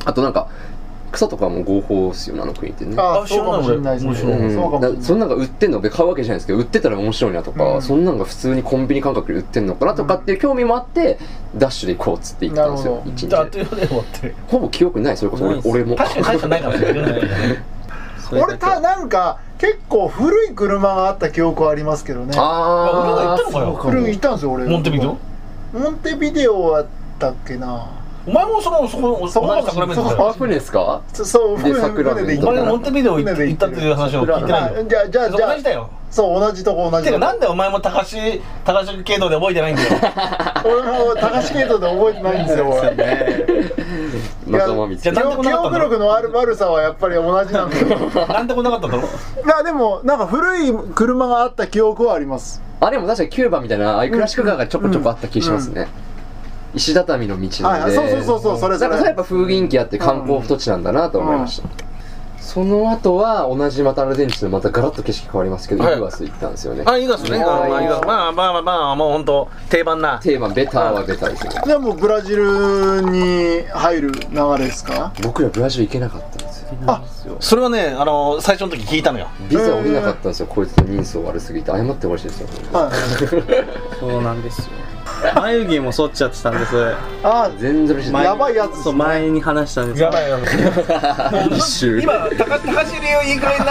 [SPEAKER 3] た、あとなんか草とかも合法っすよねあの国ってね
[SPEAKER 2] あ
[SPEAKER 5] あ
[SPEAKER 2] あそうかもしれないです
[SPEAKER 5] 知
[SPEAKER 2] ね
[SPEAKER 5] らな
[SPEAKER 3] うん、
[SPEAKER 2] そうかも
[SPEAKER 3] だそんなんが売ってんの別に買うわけじゃないですけど売ってたら面白いなとか、
[SPEAKER 2] うん
[SPEAKER 3] そんなんが普通にコンビニ感覚で売ってんのかなとかっていう興味もあって、ダッシュで行こうっつって行ったんです
[SPEAKER 2] なる
[SPEAKER 3] よ
[SPEAKER 2] ほど
[SPEAKER 3] 一
[SPEAKER 5] じゃああっ
[SPEAKER 3] 日
[SPEAKER 5] という間
[SPEAKER 3] で
[SPEAKER 5] で終わって
[SPEAKER 3] ほぼ記憶ないそれこそ
[SPEAKER 4] な
[SPEAKER 3] 俺
[SPEAKER 4] いです
[SPEAKER 3] 俺も
[SPEAKER 5] 確かに大したないかもしれない
[SPEAKER 2] 俺たなんか結構古い車があった記憶はありますけどね
[SPEAKER 3] ああ
[SPEAKER 5] あ俺ら行ったのかよ
[SPEAKER 2] 古いいたんですよ俺
[SPEAKER 5] モンテビデオ
[SPEAKER 2] モンテビデオだったっけな
[SPEAKER 5] お前もそこそこそこまで桜目だ
[SPEAKER 2] そこ
[SPEAKER 5] よ
[SPEAKER 3] あ船ですか
[SPEAKER 2] そそう
[SPEAKER 3] で
[SPEAKER 2] 船
[SPEAKER 3] 桜
[SPEAKER 2] 船で行
[SPEAKER 5] お
[SPEAKER 2] っ
[SPEAKER 5] 前
[SPEAKER 2] た
[SPEAKER 5] がモンテビデオ行っ
[SPEAKER 2] 船で
[SPEAKER 5] 行
[SPEAKER 2] 行ってる
[SPEAKER 5] ったっていう話を聞いてない
[SPEAKER 2] あ
[SPEAKER 5] よ
[SPEAKER 2] じゃあじゃあ
[SPEAKER 5] そ
[SPEAKER 2] じ
[SPEAKER 5] こ
[SPEAKER 2] ゃ
[SPEAKER 5] 同じだ
[SPEAKER 2] あ
[SPEAKER 5] よ
[SPEAKER 2] そう同じとこ同
[SPEAKER 5] て
[SPEAKER 2] じ
[SPEAKER 5] か
[SPEAKER 2] とこ
[SPEAKER 5] なんでお前も高橋高橋系統で覚えてないんだよ
[SPEAKER 2] 俺も高橋系統で覚えてないんですよ俺
[SPEAKER 3] 仲間見つ
[SPEAKER 5] じ
[SPEAKER 3] け
[SPEAKER 5] ゃあな
[SPEAKER 3] た
[SPEAKER 5] んでこん
[SPEAKER 2] 記
[SPEAKER 5] なかった
[SPEAKER 2] 憶
[SPEAKER 5] の
[SPEAKER 2] 力の悪悪さはやっぱり同じなんですよ
[SPEAKER 5] なんでこんなかったんだろう
[SPEAKER 2] いやでもなんか古い車があった記憶はあります
[SPEAKER 3] あでも確かにキューバみたいなああいうクラシックカーがちょこちょこあった気しますね、石畳の道
[SPEAKER 2] はいは
[SPEAKER 3] なん
[SPEAKER 2] い
[SPEAKER 3] で、
[SPEAKER 2] そうそうそうそうそれ
[SPEAKER 3] な
[SPEAKER 2] そ
[SPEAKER 3] んかそれや
[SPEAKER 2] れ
[SPEAKER 3] っぱ風景気あって観光土地なんだなと思いました、その後は同じまたアルゼンチンのまたガラッと景色変わりますけど、
[SPEAKER 5] はい
[SPEAKER 3] イグアス行ったんですよね
[SPEAKER 5] あいいですね
[SPEAKER 3] あ
[SPEAKER 5] あまあ
[SPEAKER 3] い
[SPEAKER 5] いい
[SPEAKER 3] いで
[SPEAKER 5] ですすまあまあまあまあもう本当定番な
[SPEAKER 3] テーマベターはベターですよね
[SPEAKER 2] じゃあもうブラジルに入る流れですか
[SPEAKER 3] 僕らブラジル行けなかったんですよ
[SPEAKER 2] あ
[SPEAKER 5] それはねあの最初の時聞いたのよ
[SPEAKER 3] ビザ降りなかったんですよ、こいつの人相悪すぎて謝ってほしいですよ、
[SPEAKER 2] はい
[SPEAKER 4] そうなんですよ。眉毛も剃っちゃってたんです。
[SPEAKER 2] あ
[SPEAKER 3] 全然嬉しいです
[SPEAKER 2] やばいやつ
[SPEAKER 4] そう、前に話したんです
[SPEAKER 5] ばいよ
[SPEAKER 3] 一周
[SPEAKER 5] 今高高橋流いいぐ らいな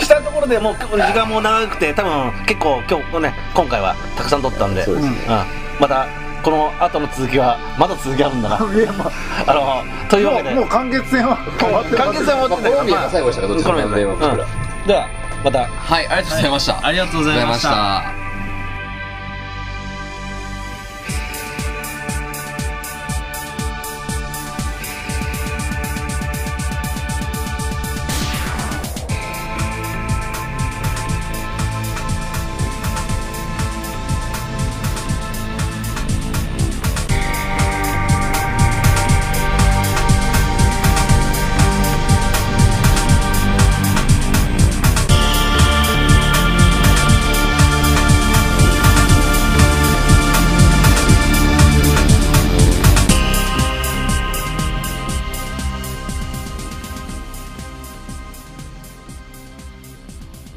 [SPEAKER 5] したところでもう時間も長くて多分結構今日ね今回はたくさん撮ったんで
[SPEAKER 3] そうですね、
[SPEAKER 5] うんまたこの後の続きはまだ続きあるんだな
[SPEAKER 2] いやま
[SPEAKER 5] あのというわけ
[SPEAKER 2] あ
[SPEAKER 5] で
[SPEAKER 2] もうもう完結戦は 終わってます
[SPEAKER 5] 完結は終わって
[SPEAKER 3] まあコロンビアが最後でしたからどっちも
[SPEAKER 5] コロンビア
[SPEAKER 3] 問題は僕ら
[SPEAKER 5] うんではまた
[SPEAKER 3] はいありがとうございました、
[SPEAKER 5] ありがとうご
[SPEAKER 3] ありがとうございました